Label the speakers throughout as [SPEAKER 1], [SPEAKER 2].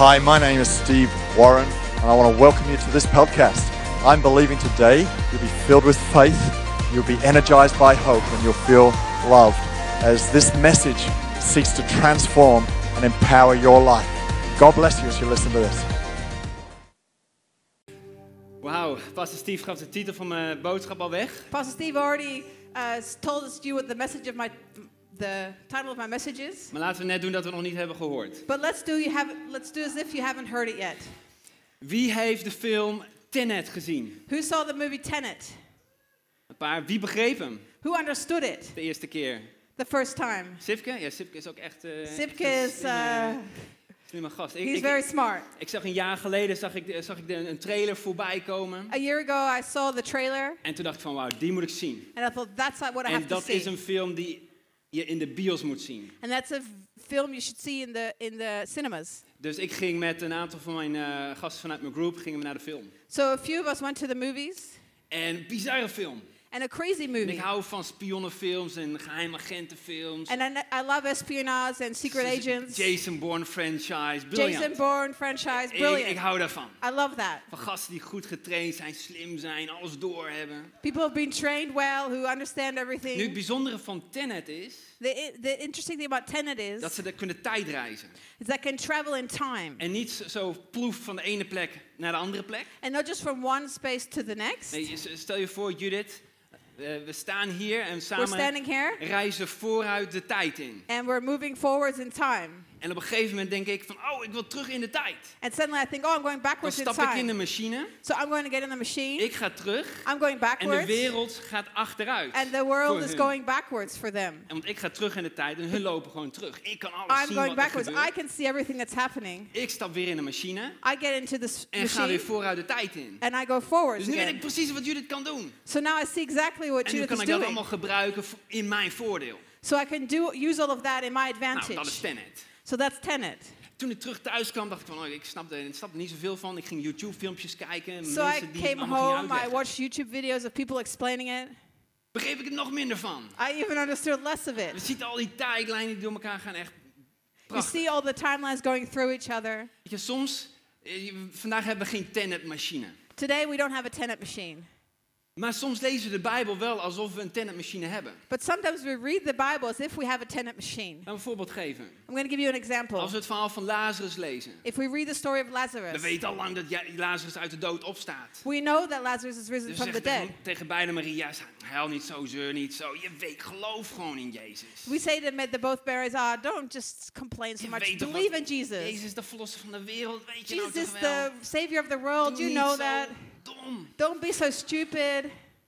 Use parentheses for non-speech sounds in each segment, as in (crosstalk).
[SPEAKER 1] Hi, my name is Steve Warren, and I want to welcome you to this podcast. I'm believing today you'll be filled with faith, you'll be energized by hope, and you'll feel loved as this message seeks to transform and empower your life. God bless you as you listen to this.
[SPEAKER 2] Wauw, Pastor Steve gaf de titel van mijn boodschap al weg.
[SPEAKER 3] Pastor Steve already uh, told us you what the message of my the title of my message is.
[SPEAKER 2] Maar laten we net doen dat we nog niet hebben gehoord.
[SPEAKER 3] But let's do you have let's do as if you haven't heard it yet.
[SPEAKER 2] Wie heeft de film Tenet gezien?
[SPEAKER 3] Who saw the movie Tenet?
[SPEAKER 2] Een paar. Wie begreep hem
[SPEAKER 3] Who understood it
[SPEAKER 2] de eerste keer?
[SPEAKER 3] the first time?
[SPEAKER 2] Sipke? Ja, Sipke is ook echt... eh, echt
[SPEAKER 3] Sipke
[SPEAKER 2] een eh,
[SPEAKER 3] is
[SPEAKER 2] slimme-
[SPEAKER 3] uh,
[SPEAKER 2] slimme gast. Ik,
[SPEAKER 3] he's
[SPEAKER 2] ik-
[SPEAKER 3] very smart.
[SPEAKER 2] ik zag een jaar geleden zag ik, de- zag ik de- een trailer voorbij komen.
[SPEAKER 3] A year ago, I saw the trailer
[SPEAKER 2] En toen dacht ik van wauw, die moet ik zien.
[SPEAKER 3] and I thought that's not what I
[SPEAKER 2] En
[SPEAKER 3] have to
[SPEAKER 2] dat is
[SPEAKER 3] see.
[SPEAKER 2] een film die je in de bios moet zien.
[SPEAKER 3] And that's a film you should see in the in the cinemas.
[SPEAKER 2] Dus ik ging met een aantal van mijn eh, gasten vanuit mijn groep gingen we naar de film.
[SPEAKER 3] So a few of us went to the movies
[SPEAKER 2] En bizarre film.
[SPEAKER 3] and a crazy
[SPEAKER 2] En
[SPEAKER 3] movie.
[SPEAKER 2] ik hou van spionnenfilms en geheimagentenfilms.
[SPEAKER 3] And I, I love espionage and secret agents.
[SPEAKER 2] Dus Jason Bourne franchise, briljant.
[SPEAKER 3] Jason Bourne franchise,
[SPEAKER 2] Ik- Ik,
[SPEAKER 3] brilliant.
[SPEAKER 2] hou daarvan.
[SPEAKER 3] I love that.
[SPEAKER 2] Van gasten die goed getraind zijn, slim zijn, alles doorhebben.
[SPEAKER 3] People have been trained well who understand
[SPEAKER 2] Nu het
[SPEAKER 3] everything.
[SPEAKER 2] bijzondere van Tenet is
[SPEAKER 3] The, i- the interesting thing about Tenet is,
[SPEAKER 2] dat
[SPEAKER 3] is
[SPEAKER 2] ze dat kunnen tijdreizen.
[SPEAKER 3] that can travel in time
[SPEAKER 2] En niet zo- zo ploef van de ene plek naar de andere plek.
[SPEAKER 3] and not just from one space to the next.
[SPEAKER 2] Nee, je- stel je voor, Judith, eh, we staan hier en
[SPEAKER 3] We're
[SPEAKER 2] samen
[SPEAKER 3] standing here
[SPEAKER 2] reizen vooruit de tijd in.
[SPEAKER 3] and we're moving forwards in time.
[SPEAKER 2] En op een gegeven moment denk ik van, oh, ik wil terug in de tijd.
[SPEAKER 3] And suddenly I think, oh, I'm going
[SPEAKER 2] Dan
[SPEAKER 3] backwards in
[SPEAKER 2] stap ik in de
[SPEAKER 3] time.
[SPEAKER 2] machine,
[SPEAKER 3] So I'm going to get in the machine.
[SPEAKER 2] ik ga terug
[SPEAKER 3] I'm going
[SPEAKER 2] en de
[SPEAKER 3] backwards.
[SPEAKER 2] wereld gaat achteruit.
[SPEAKER 3] And the
[SPEAKER 2] voor
[SPEAKER 3] world is
[SPEAKER 2] hun.
[SPEAKER 3] going backwards for them.
[SPEAKER 2] En Want ik ga terug in de tijd en hun lopen gewoon terug. Ik kan alles
[SPEAKER 3] I'm
[SPEAKER 2] zien
[SPEAKER 3] going
[SPEAKER 2] wat er
[SPEAKER 3] backwards. I
[SPEAKER 2] gebeurt.
[SPEAKER 3] can see everything that's happening.
[SPEAKER 2] Ik stap weer in de machine
[SPEAKER 3] I get into this
[SPEAKER 2] en ga weer
[SPEAKER 3] machine
[SPEAKER 2] vooruit de tijd in.
[SPEAKER 3] and I go forwards
[SPEAKER 2] Dus nu weet ik
[SPEAKER 3] again.
[SPEAKER 2] precies wat Judith kan doen.
[SPEAKER 3] So now I see exactly what
[SPEAKER 2] En nu
[SPEAKER 3] Judith
[SPEAKER 2] kan
[SPEAKER 3] is
[SPEAKER 2] ik dat
[SPEAKER 3] doing.
[SPEAKER 2] allemaal gebruiken vo- in mijn voordeel.
[SPEAKER 3] So I can do use all of that in my
[SPEAKER 2] Nou, dat is
[SPEAKER 3] advantage.
[SPEAKER 2] Tenet.
[SPEAKER 3] So that's Tenet.
[SPEAKER 2] Toen ik terug thuis kwam, dacht ik van, oh, ik snap er, ik snap er niet zoveel van. Ik ging YouTube-filmpjes kijken.
[SPEAKER 3] So I
[SPEAKER 2] mensen die het
[SPEAKER 3] came
[SPEAKER 2] allemaal gingen
[SPEAKER 3] home, I
[SPEAKER 2] uitleggen.
[SPEAKER 3] watched YouTube videos of people explaining it.
[SPEAKER 2] Begreep ik er nog minder van.
[SPEAKER 3] I even understood less of
[SPEAKER 2] Je
[SPEAKER 3] (laughs) it.
[SPEAKER 2] ziet al die tijdlijnen die door elkaar gaan echt
[SPEAKER 3] You
[SPEAKER 2] prachtig.
[SPEAKER 3] see all the timelines going through each other.
[SPEAKER 2] Weet je, soms, eh, je- vandaag hebben we geen Tenet-machine.
[SPEAKER 3] Today we don't have a Tenet machine.
[SPEAKER 2] Maar soms lezen we de Bijbel wel alsof we een Tenet-machine hebben.
[SPEAKER 3] But sometimes we read the Bible as if we have a Tenet machine.
[SPEAKER 2] Laat me een voorbeeld geven.
[SPEAKER 3] I'm going to give you an example.
[SPEAKER 2] Als we het verhaal van Lazarus lezen.
[SPEAKER 3] If we read the story of
[SPEAKER 2] We
[SPEAKER 3] Lazarus,
[SPEAKER 2] weten al lang dat Ja- Lazarus uit de dood opstaat.
[SPEAKER 3] we know that Lazarus is risen
[SPEAKER 2] Dus
[SPEAKER 3] from
[SPEAKER 2] zegt
[SPEAKER 3] the dead.
[SPEAKER 2] tegen, tegen beide Maria's, huil niet zo, zeur niet zo. Je weet, geloof gewoon in Jezus.
[SPEAKER 3] We say to met the both Marys, ah, don't just complain so
[SPEAKER 2] Je
[SPEAKER 3] much.
[SPEAKER 2] weet toch
[SPEAKER 3] Believe
[SPEAKER 2] wat-
[SPEAKER 3] in Jesus.
[SPEAKER 2] Jezus is de verlosser van de wereld, weet je
[SPEAKER 3] Jesus
[SPEAKER 2] nou
[SPEAKER 3] is
[SPEAKER 2] toch wel.
[SPEAKER 3] the savior of the
[SPEAKER 2] Doe
[SPEAKER 3] world. You
[SPEAKER 2] niet
[SPEAKER 3] know
[SPEAKER 2] zo
[SPEAKER 3] that.
[SPEAKER 2] dom.
[SPEAKER 3] Don't be so stupid.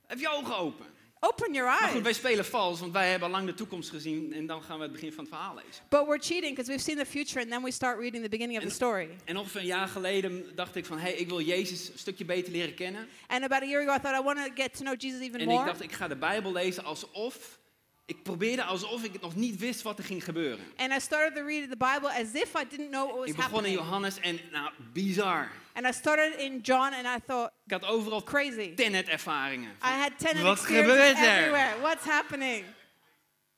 [SPEAKER 2] Heb je ogen open?
[SPEAKER 3] Open your
[SPEAKER 2] Maar goed,
[SPEAKER 3] eyes.
[SPEAKER 2] wij spelen vals, want wij hebben al lang de toekomst gezien en dan gaan we het begin van het verhaal lezen.
[SPEAKER 3] But we're cheating because we've seen the future and then we start reading the beginning of the story.
[SPEAKER 2] En ongeveer een jaar geleden dacht ik van, hé, hey, ik wil Jezus een stukje beter leren kennen.
[SPEAKER 3] And about a year ago, I thought I want to get to know Jesus even
[SPEAKER 2] En ik
[SPEAKER 3] more.
[SPEAKER 2] dacht, ik ga de Bijbel lezen alsof, ik probeerde alsof ik nog niet wist wat er ging gebeuren.
[SPEAKER 3] And I started to read the Bible as if I didn't know what was
[SPEAKER 2] Ik begon in
[SPEAKER 3] happening.
[SPEAKER 2] Johannes en, nou, bizar.
[SPEAKER 3] And I started in John and I thought,
[SPEAKER 2] Ik had overal
[SPEAKER 3] crazy.
[SPEAKER 2] Tenet-ervaringen.
[SPEAKER 3] I had 10
[SPEAKER 2] Wat
[SPEAKER 3] experiences
[SPEAKER 2] gebeurt er?
[SPEAKER 3] everywhere. What's happening?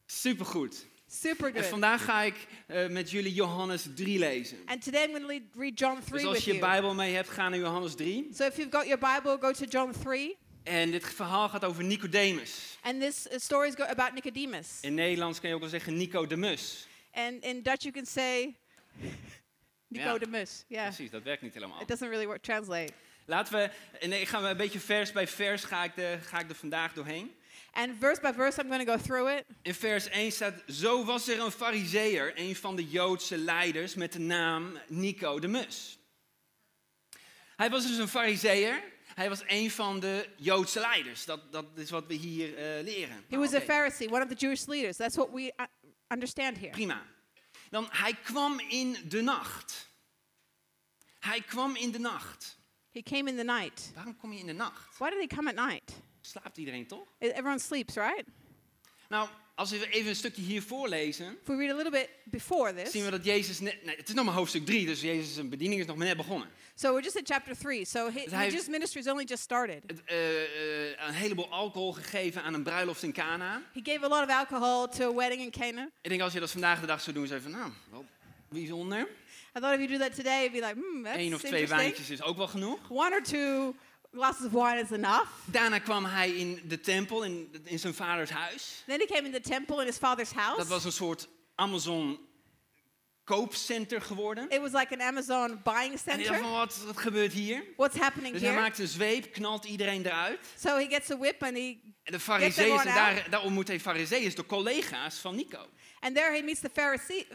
[SPEAKER 2] Supergoed.
[SPEAKER 3] Super
[SPEAKER 2] En
[SPEAKER 3] good.
[SPEAKER 2] vandaag ga ik eh, met jullie Johannes 3 lezen.
[SPEAKER 3] And today I'm going to read John 3
[SPEAKER 2] Dus als
[SPEAKER 3] with
[SPEAKER 2] je je
[SPEAKER 3] you.
[SPEAKER 2] Bijbel mee hebt, ga naar Johannes 3.
[SPEAKER 3] So if you've got your Bible, go to John 3.
[SPEAKER 2] En dit verhaal gaat over Nicodemus.
[SPEAKER 3] And this uh, story is go- about Nicodemus.
[SPEAKER 2] In Nederlands kan je ook wel zeggen Nicodemus.
[SPEAKER 3] And in Dutch, you can say (laughs)
[SPEAKER 2] Ja.
[SPEAKER 3] Nicodemus. Yeah.
[SPEAKER 2] Precies, dat werkt niet helemaal.
[SPEAKER 3] It doesn't really work, translate.
[SPEAKER 2] Laten we, en ik ga een beetje vers bij vers ga ik, de, ga ik er vandaag doorheen.
[SPEAKER 3] And verse by verse, I'm going to go through it.
[SPEAKER 2] In vers 1 staat, zo was er een fariseer, een van de Joodse leiders met de naam Nicodemus. Hij was dus een fariseer, hij was een van de Joodse leiders. Dat, dat is wat we hier eh, leren.
[SPEAKER 3] He was a
[SPEAKER 2] Oké,
[SPEAKER 3] Pharisee, one of the Jewish leaders. That's what we uh, understand here.
[SPEAKER 2] Prima. Dan, hij kwam in de nacht. Hij kwam in de nacht.
[SPEAKER 3] He came in the night.
[SPEAKER 2] Waarom kom je in de nacht?
[SPEAKER 3] Why did he come at night?
[SPEAKER 2] Slaapt iedereen toch?
[SPEAKER 3] E- Everyone sleeps, right?
[SPEAKER 2] Nou, als we even een stukje hier voorlezen,
[SPEAKER 3] If we read a little bit before this,
[SPEAKER 2] zien we dat Jezus net... Nee, het is nog maar hoofdstuk 3, dus Jezus' zijn bediening is nog maar net begonnen.
[SPEAKER 3] so we're just in chapter 3. So his,
[SPEAKER 2] Dus hij-
[SPEAKER 3] Jesus' ministry has only just started.
[SPEAKER 2] het, eh, eh, een heleboel alcohol gegeven aan een bruiloft in Cana.
[SPEAKER 3] He gave a lot of alcohol to a wedding in Cana.
[SPEAKER 2] Ik denk als je dat vandaag de dag zou doen, zou je van, nou, wel Bijzonder.
[SPEAKER 3] I thought if you do that today, it'd be like, hmm, that's
[SPEAKER 2] Eén of twee
[SPEAKER 3] interesting.
[SPEAKER 2] wijntjes is ook wel genoeg.
[SPEAKER 3] One or two glasses of wine is enough.
[SPEAKER 2] Daarna kwam hij in de tempel, in, in zijn vaders huis.
[SPEAKER 3] Then he came in the temple in his father's house.
[SPEAKER 2] Dat was een soort Amazon koopcenter geworden.
[SPEAKER 3] It was like an Amazon buying
[SPEAKER 2] En hij
[SPEAKER 3] center.
[SPEAKER 2] dacht van, wat, wat gebeurt hier?
[SPEAKER 3] What's happening
[SPEAKER 2] Dus hij
[SPEAKER 3] here?
[SPEAKER 2] maakt een zweep, knalt iedereen eruit.
[SPEAKER 3] So he gets a whip and he
[SPEAKER 2] En de
[SPEAKER 3] Get
[SPEAKER 2] fariseeën,
[SPEAKER 3] them on
[SPEAKER 2] daar, daar ontmoet hij fariseeën, de collega's van Nico.
[SPEAKER 3] and there he meets the Pharisee,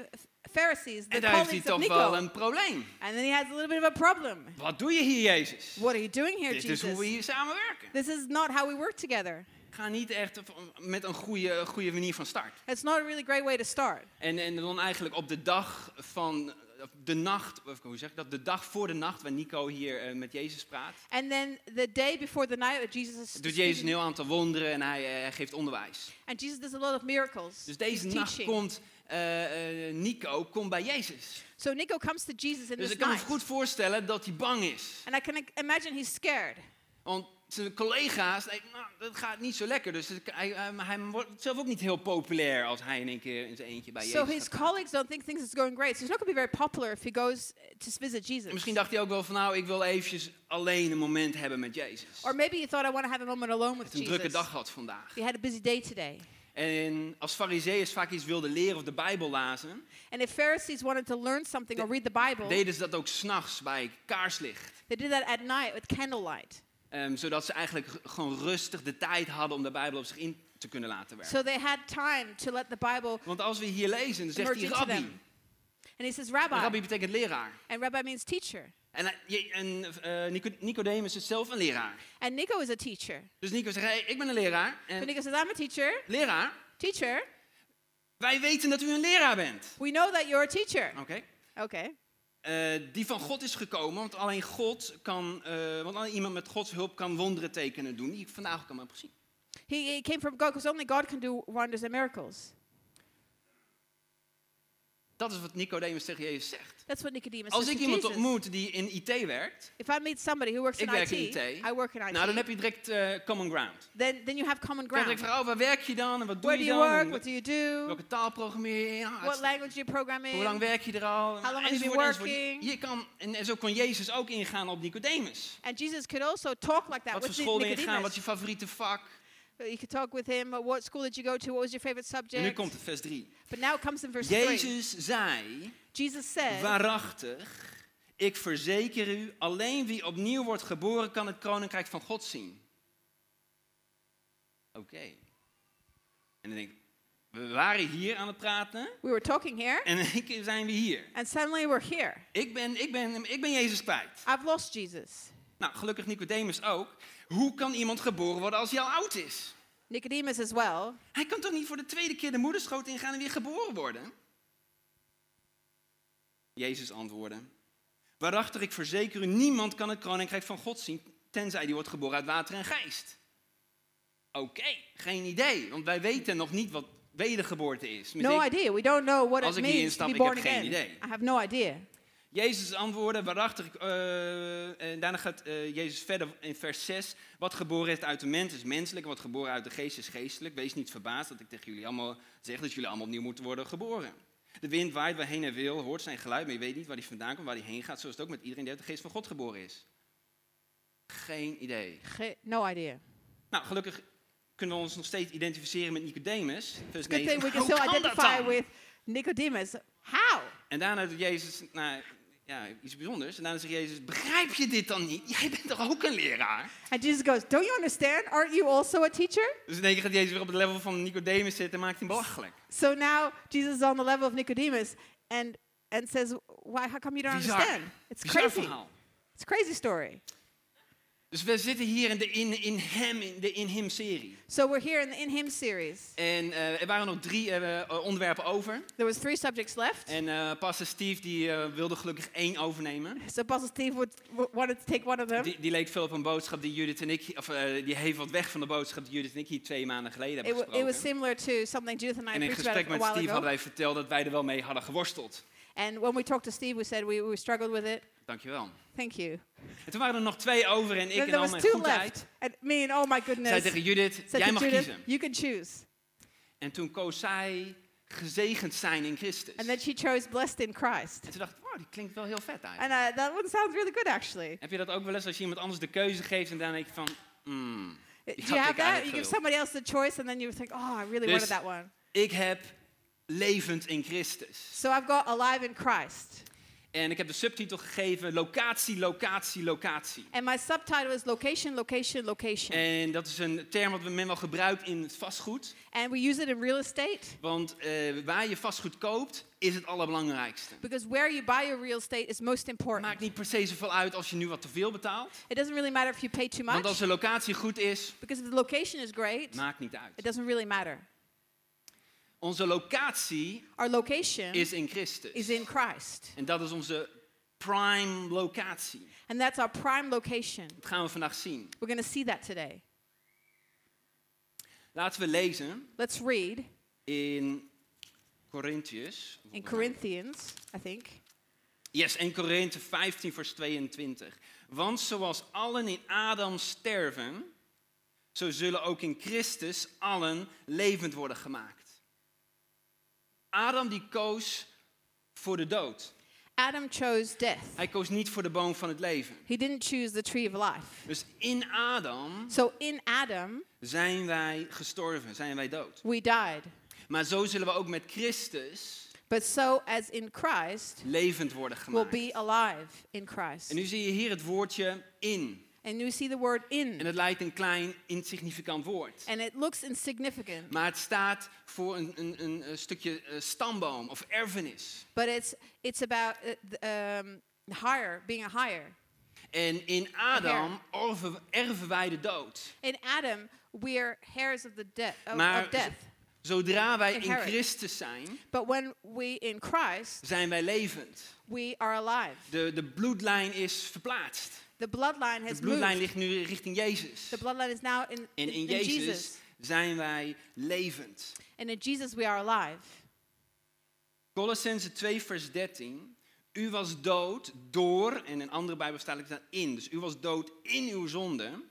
[SPEAKER 3] Pharisees, the
[SPEAKER 2] En daar heeft hij
[SPEAKER 3] colleagues of
[SPEAKER 2] toch
[SPEAKER 3] Nico.
[SPEAKER 2] wel een probleem.
[SPEAKER 3] And then he has a little bit of a problem.
[SPEAKER 2] Wat doe je hier, Jezus?
[SPEAKER 3] What are you doing here,
[SPEAKER 2] Dit is hoe
[SPEAKER 3] Jesus?
[SPEAKER 2] we hier samenwerken.
[SPEAKER 3] This is not how we work together.
[SPEAKER 2] Ik ga niet echt met een goede, goede manier van start.
[SPEAKER 3] It's not a really great way to start.
[SPEAKER 2] En, en dan eigenlijk op de dag van of de nacht, of hoe zeg ik dat? De dag voor de nacht, waar Nico hier eh, met Jezus praat,
[SPEAKER 3] And then the day before the night, Jesus is
[SPEAKER 2] doet
[SPEAKER 3] speaking,
[SPEAKER 2] Jezus een heel aantal wonderen en hij, eh, hij geeft onderwijs.
[SPEAKER 3] and Jesus does a lot of miracles.
[SPEAKER 2] Dus deze
[SPEAKER 3] He's
[SPEAKER 2] nacht
[SPEAKER 3] teaching.
[SPEAKER 2] komt eh, eh, Nico komt bij Jezus.
[SPEAKER 3] So Nico comes to Jesus in
[SPEAKER 2] Dus ik
[SPEAKER 3] this
[SPEAKER 2] kan me
[SPEAKER 3] night,
[SPEAKER 2] goed voorstellen dat hij bang is.
[SPEAKER 3] and I can like, imagine he's scared
[SPEAKER 2] Want zijn collega's, nee, nou, dat gaat niet zo lekker. Dus hij, hij, hij wordt zelf ook niet heel populair als hij in één keer in zijn eentje bij
[SPEAKER 3] So
[SPEAKER 2] Jezus
[SPEAKER 3] his
[SPEAKER 2] gaat praten.
[SPEAKER 3] colleagues don't think things is going great. So he's not going to be very popular if he goes to s- visit Jesus.
[SPEAKER 2] Misschien dacht hij ook wel van nou, ik wil eventjes alleen een moment hebben met Jezus.
[SPEAKER 3] Or
[SPEAKER 2] Hij
[SPEAKER 3] maybe he thought, I want to have a moment alone with
[SPEAKER 2] heeft een drukke
[SPEAKER 3] Jesus.
[SPEAKER 2] dag gehad vandaag.
[SPEAKER 3] He had a busy day today.
[SPEAKER 2] En als fariseeërs vaak iets wilden leren of de Bijbel lazen,
[SPEAKER 3] And if Pharisees wanted to learn something or read the Bible,
[SPEAKER 2] deden ze dat ook s'nachts bij kaarslicht.
[SPEAKER 3] they did that at night with candlelight.
[SPEAKER 2] Ehm, zodat ze eigenlijk r- gewoon rustig de tijd hadden om de Bijbel op zich in te kunnen laten werken.
[SPEAKER 3] So they had time to let the Bible
[SPEAKER 2] Want als we hier lezen, dan zegt
[SPEAKER 3] merge
[SPEAKER 2] hij
[SPEAKER 3] into
[SPEAKER 2] rabbi.
[SPEAKER 3] them. And he says, Rabbi.
[SPEAKER 2] Rabbi betekent leraar.
[SPEAKER 3] And Rabbi means teacher.
[SPEAKER 2] En, hij- je- en eh, Nico- Nicodemus is zelf een leraar.
[SPEAKER 3] And Nico is a teacher.
[SPEAKER 2] Dus Nico zegt, hey, ik ben een leraar.
[SPEAKER 3] But
[SPEAKER 2] En
[SPEAKER 3] Nico says, I'm a teacher.
[SPEAKER 2] leraar,
[SPEAKER 3] Teacher,
[SPEAKER 2] wij weten dat u een leraar bent.
[SPEAKER 3] we know that you're a teacher.
[SPEAKER 2] Oké.
[SPEAKER 3] Okay.
[SPEAKER 2] Eh, die van God is gekomen, want alleen God kan, eh, want alleen iemand met Gods hulp kan wonderen tekenen doen, die ik vandaag ook allemaal heb gezien.
[SPEAKER 3] He, he came from God because only God can do wonders and miracles.
[SPEAKER 2] Dat is wat Nicodemus tegen Jezus zegt.
[SPEAKER 3] That's what Nicodemus
[SPEAKER 2] Als
[SPEAKER 3] says
[SPEAKER 2] ik
[SPEAKER 3] to
[SPEAKER 2] iemand
[SPEAKER 3] Jesus.
[SPEAKER 2] ontmoet die in IT werkt,
[SPEAKER 3] If I meet somebody who works
[SPEAKER 2] ik
[SPEAKER 3] in
[SPEAKER 2] werk
[SPEAKER 3] IT,
[SPEAKER 2] in IT,
[SPEAKER 3] I work in IT,
[SPEAKER 2] nou dan heb je direct eh, common ground.
[SPEAKER 3] then, then you have common
[SPEAKER 2] Dan
[SPEAKER 3] ground.
[SPEAKER 2] denk ik van, oh, waar werk je dan en wat doe
[SPEAKER 3] Where do
[SPEAKER 2] je
[SPEAKER 3] you
[SPEAKER 2] dan? en
[SPEAKER 3] work?
[SPEAKER 2] wa-
[SPEAKER 3] What do you do?
[SPEAKER 2] welke taal programmeer je? Ja,
[SPEAKER 3] What
[SPEAKER 2] het-
[SPEAKER 3] language do you program in?
[SPEAKER 2] hoe lang werk je er al?
[SPEAKER 3] How long have you
[SPEAKER 2] Enzovoort,
[SPEAKER 3] been
[SPEAKER 2] enzovoort.
[SPEAKER 3] working?
[SPEAKER 2] Je kan, en en zo kon Jezus ook ingaan op Nicodemus.
[SPEAKER 3] And Jesus could also talk like
[SPEAKER 2] Wat
[SPEAKER 3] that
[SPEAKER 2] voor
[SPEAKER 3] with Ni-
[SPEAKER 2] school ben je gegaan? Wat is
[SPEAKER 3] Nicodemus.
[SPEAKER 2] je favoriete vak?
[SPEAKER 3] You could talk with him. uh, What school did you go to? What was your favorite
[SPEAKER 2] En nu
[SPEAKER 3] subject?
[SPEAKER 2] komt het vers 3.
[SPEAKER 3] But now it comes in verse 3.
[SPEAKER 2] Jezus zei,
[SPEAKER 3] Jesus said,
[SPEAKER 2] waarachtig, ik verzeker u, alleen wie opnieuw wordt geboren kan het koninkrijk van God zien. Oké. En dan denk ik, we waren hier aan het praten
[SPEAKER 3] we were talking here,
[SPEAKER 2] en (laughs) in één keer zijn we hier.
[SPEAKER 3] and suddenly we're here.
[SPEAKER 2] Ik ben, ik ben, ik ben Jezus kwijt.
[SPEAKER 3] I've lost Jesus.
[SPEAKER 2] Nou, gelukkig Nicodemus ook. Hoe kan iemand geboren worden als hij al oud is?
[SPEAKER 3] Nicodemus as well.
[SPEAKER 2] Hij kan toch niet voor de tweede keer de moederschoot ingaan en weer geboren worden? Jezus antwoordde: Waarachter ik verzeker u, niemand kan het koninkrijk van God zien, tenzij die wordt geboren uit water en geest. Oké, geen idee, want wij weten nog niet wat wedergeboorte is.
[SPEAKER 3] No
[SPEAKER 2] Meteen-
[SPEAKER 3] idea. We don't know what
[SPEAKER 2] Als ik
[SPEAKER 3] it
[SPEAKER 2] hierin
[SPEAKER 3] means to
[SPEAKER 2] stap,
[SPEAKER 3] be
[SPEAKER 2] ik heb
[SPEAKER 3] born
[SPEAKER 2] geen
[SPEAKER 3] again.
[SPEAKER 2] idee.
[SPEAKER 3] I have no idea.
[SPEAKER 2] Jezus antwoordde, waarachtig, ik, eh, en daarna gaat eh, Jezus verder in vers 6. Wat geboren is uit de mens is menselijk, wat geboren uit de geest is geestelijk. Wees niet verbaasd dat ik tegen jullie allemaal zeg dat jullie allemaal opnieuw moeten worden geboren. De wind waait waarheen hij wil, hoort zijn geluid, maar je weet niet waar hij vandaan komt, waar hij heen gaat. Zo is het ook met iedereen die uit de geest van God geboren is. Geen idee.
[SPEAKER 3] Ge- no idea.
[SPEAKER 2] Nou, gelukkig kunnen we ons nog steeds identificeren met Nicodemus. Vers
[SPEAKER 3] Good
[SPEAKER 2] 9.
[SPEAKER 3] thing we
[SPEAKER 2] (laughs)
[SPEAKER 3] can
[SPEAKER 2] Hoe
[SPEAKER 3] still
[SPEAKER 2] kan dat
[SPEAKER 3] identify
[SPEAKER 2] dan?
[SPEAKER 3] with Nicodemus. How?
[SPEAKER 2] En daarna doet Jezus nou, ja, iets bijzonders. En daarna zegt Jezus, begrijp je dit dan niet? Jij bent toch ook een leraar?
[SPEAKER 3] And Jesus goes, Don't you understand? Aren't you also a teacher?
[SPEAKER 2] Dus in één keer gaat Jezus weer op het level van Nicodemus zitten en maakt hem belachelijk.
[SPEAKER 3] So now Jesus is on the level of Nicodemus and, and says, Why, how come you don't
[SPEAKER 2] Bizar.
[SPEAKER 3] understand? It's
[SPEAKER 2] Bizar
[SPEAKER 3] crazy.
[SPEAKER 2] verhaal.
[SPEAKER 3] It's a crazy story.
[SPEAKER 2] Dus we zitten hier in de In, in Hem, in de In Him serie.
[SPEAKER 3] So we're here in the In Him series.
[SPEAKER 2] En eh, er waren nog drie eh, eh, onderwerpen over.
[SPEAKER 3] There was three subjects left.
[SPEAKER 2] En eh pastor Steve die, eh, wilde gelukkig één overnemen.
[SPEAKER 3] so Apostle Steve would, w- wanted to take one of them.
[SPEAKER 2] Die, die leek veel op een boodschap die Judith en ik, of eh, die heeft wat weg van de boodschap die Judith en ik hier twee maanden geleden
[SPEAKER 3] it,
[SPEAKER 2] hebben
[SPEAKER 3] w- it was
[SPEAKER 2] gesproken.
[SPEAKER 3] similar to something Judith and I
[SPEAKER 2] En in
[SPEAKER 3] preached about
[SPEAKER 2] gesprek
[SPEAKER 3] a
[SPEAKER 2] met
[SPEAKER 3] while
[SPEAKER 2] Steve
[SPEAKER 3] ago.
[SPEAKER 2] hadden wij verteld dat wij er wel mee hadden geworsteld.
[SPEAKER 3] And when we talked to Steve, we said we, we struggled with it.
[SPEAKER 2] Dankjewel.
[SPEAKER 3] Thank you.
[SPEAKER 2] En toen waren er nog twee over en ik
[SPEAKER 3] Then
[SPEAKER 2] en
[SPEAKER 3] there
[SPEAKER 2] al
[SPEAKER 3] was
[SPEAKER 2] mijn
[SPEAKER 3] two
[SPEAKER 2] goedheid.
[SPEAKER 3] left. And me and oh
[SPEAKER 2] Zei
[SPEAKER 3] my goodness.
[SPEAKER 2] tegen Judith,
[SPEAKER 3] said
[SPEAKER 2] jij
[SPEAKER 3] to
[SPEAKER 2] mag
[SPEAKER 3] Judith,
[SPEAKER 2] kiezen.
[SPEAKER 3] You can choose.
[SPEAKER 2] En toen koos zij gezegend zijn in Christus.
[SPEAKER 3] And then she chose blessed in Christ.
[SPEAKER 2] En toen dacht ik, wow, die klinkt wel heel vet eigenlijk.
[SPEAKER 3] And uh, that one sounds really good, actually.
[SPEAKER 2] Heb je dat ook wel eens als je iemand anders de keuze geeft en dan denk je van, hmm,
[SPEAKER 3] Do
[SPEAKER 2] die
[SPEAKER 3] you
[SPEAKER 2] had
[SPEAKER 3] have
[SPEAKER 2] ik
[SPEAKER 3] that? You
[SPEAKER 2] eigenlijk
[SPEAKER 3] give
[SPEAKER 2] gewild.
[SPEAKER 3] somebody else the choice, and then you think, oh, I really
[SPEAKER 2] Dus-
[SPEAKER 3] wanted that one.
[SPEAKER 2] Ik heb levend in Christus.
[SPEAKER 3] So I've got alive in Christ.
[SPEAKER 2] En ik heb de subtitel gegeven, locatie, locatie, locatie.
[SPEAKER 3] And my subtitle is location, location, location.
[SPEAKER 2] En dat is een term wat men wel gebruikt in het vastgoed.
[SPEAKER 3] And we use it in real estate
[SPEAKER 2] Want eh, waar je vastgoed koopt, is het allerbelangrijkste.
[SPEAKER 3] because where you buy your real estate is most
[SPEAKER 2] Maakt
[SPEAKER 3] important.
[SPEAKER 2] niet per se zoveel uit als je nu wat te veel betaalt.
[SPEAKER 3] It doesn't really matter if you pay too
[SPEAKER 2] Want als
[SPEAKER 3] much
[SPEAKER 2] de locatie goed is,
[SPEAKER 3] because if the location is great,
[SPEAKER 2] maakt niet
[SPEAKER 3] it
[SPEAKER 2] uit.
[SPEAKER 3] doesn't really matter.
[SPEAKER 2] Onze locatie
[SPEAKER 3] Our location
[SPEAKER 2] is in Christus.
[SPEAKER 3] is in Christ,
[SPEAKER 2] En dat is onze prime locatie.
[SPEAKER 3] and that's our prime location.
[SPEAKER 2] Dat gaan we vandaag zien.
[SPEAKER 3] We're going to see that today.
[SPEAKER 2] Laten we lezen
[SPEAKER 3] Let's read
[SPEAKER 2] in Corinthians.
[SPEAKER 3] in Corinthians, I think.
[SPEAKER 2] Yes, 1 Korinthe 15 vers 22. Want zoals allen in Adam sterven, zo zullen ook in Christus allen levend worden gemaakt. Adam die koos voor de dood.
[SPEAKER 3] Adam chose death.
[SPEAKER 2] Hij koos niet voor de boom van het leven.
[SPEAKER 3] He didn't choose the tree of life.
[SPEAKER 2] Dus in Adam
[SPEAKER 3] So in Adam,
[SPEAKER 2] zijn wij gestorven, zijn wij dood.
[SPEAKER 3] we died.
[SPEAKER 2] Maar zo zullen we ook met Christus
[SPEAKER 3] But so as in Christ,
[SPEAKER 2] levend worden
[SPEAKER 3] we'll
[SPEAKER 2] gemaakt.
[SPEAKER 3] be alive in Christ.
[SPEAKER 2] En nu zie je hier het woordje in.
[SPEAKER 3] And you see the word
[SPEAKER 2] En
[SPEAKER 3] in,
[SPEAKER 2] het lijkt een klein, insignificant woord.
[SPEAKER 3] and it looks insignificant,
[SPEAKER 2] Maar het staat voor een, een, een eh, stukje eh, stamboom of erfenis.
[SPEAKER 3] but it's, it's about uh, th- um, higher, being a higher.
[SPEAKER 2] En in Adam erven, erven wij de dood.
[SPEAKER 3] In Adam, we're heirs of the de- Oh, of,
[SPEAKER 2] Maar
[SPEAKER 3] of death.
[SPEAKER 2] zodra wij in
[SPEAKER 3] Inherit.
[SPEAKER 2] Christus zijn,
[SPEAKER 3] But when we in Christ,
[SPEAKER 2] zijn wij levend.
[SPEAKER 3] we are alive.
[SPEAKER 2] De, de bloedlijn is verplaatst.
[SPEAKER 3] The bloodline
[SPEAKER 2] De
[SPEAKER 3] has
[SPEAKER 2] bloedlijn ligt
[SPEAKER 3] moved.
[SPEAKER 2] nu richting Jezus.
[SPEAKER 3] The bloodline is now in,
[SPEAKER 2] En in Jezus
[SPEAKER 3] Jesus.
[SPEAKER 2] zijn wij levend.
[SPEAKER 3] And in Jesus, we are alive.
[SPEAKER 2] Colossense 2, vers 13. U was dood door, en in andere Bijbel staat het in. Dus u was dood in uw zonde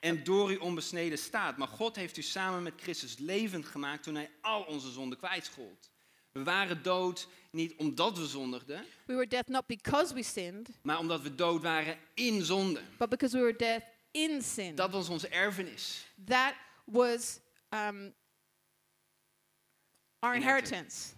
[SPEAKER 2] en door uw onbesneden staat. Maar God heeft u samen met Christus levend gemaakt toen hij al onze zonden kwijtschold. We waren dood niet omdat we zondigden,
[SPEAKER 3] We were death not because we sinned,
[SPEAKER 2] maar omdat we dood waren in zonde.
[SPEAKER 3] but because we were death in sin.
[SPEAKER 2] Dat was onze erfenis.
[SPEAKER 3] That was um, our
[SPEAKER 2] Inheritance.
[SPEAKER 3] inheritance.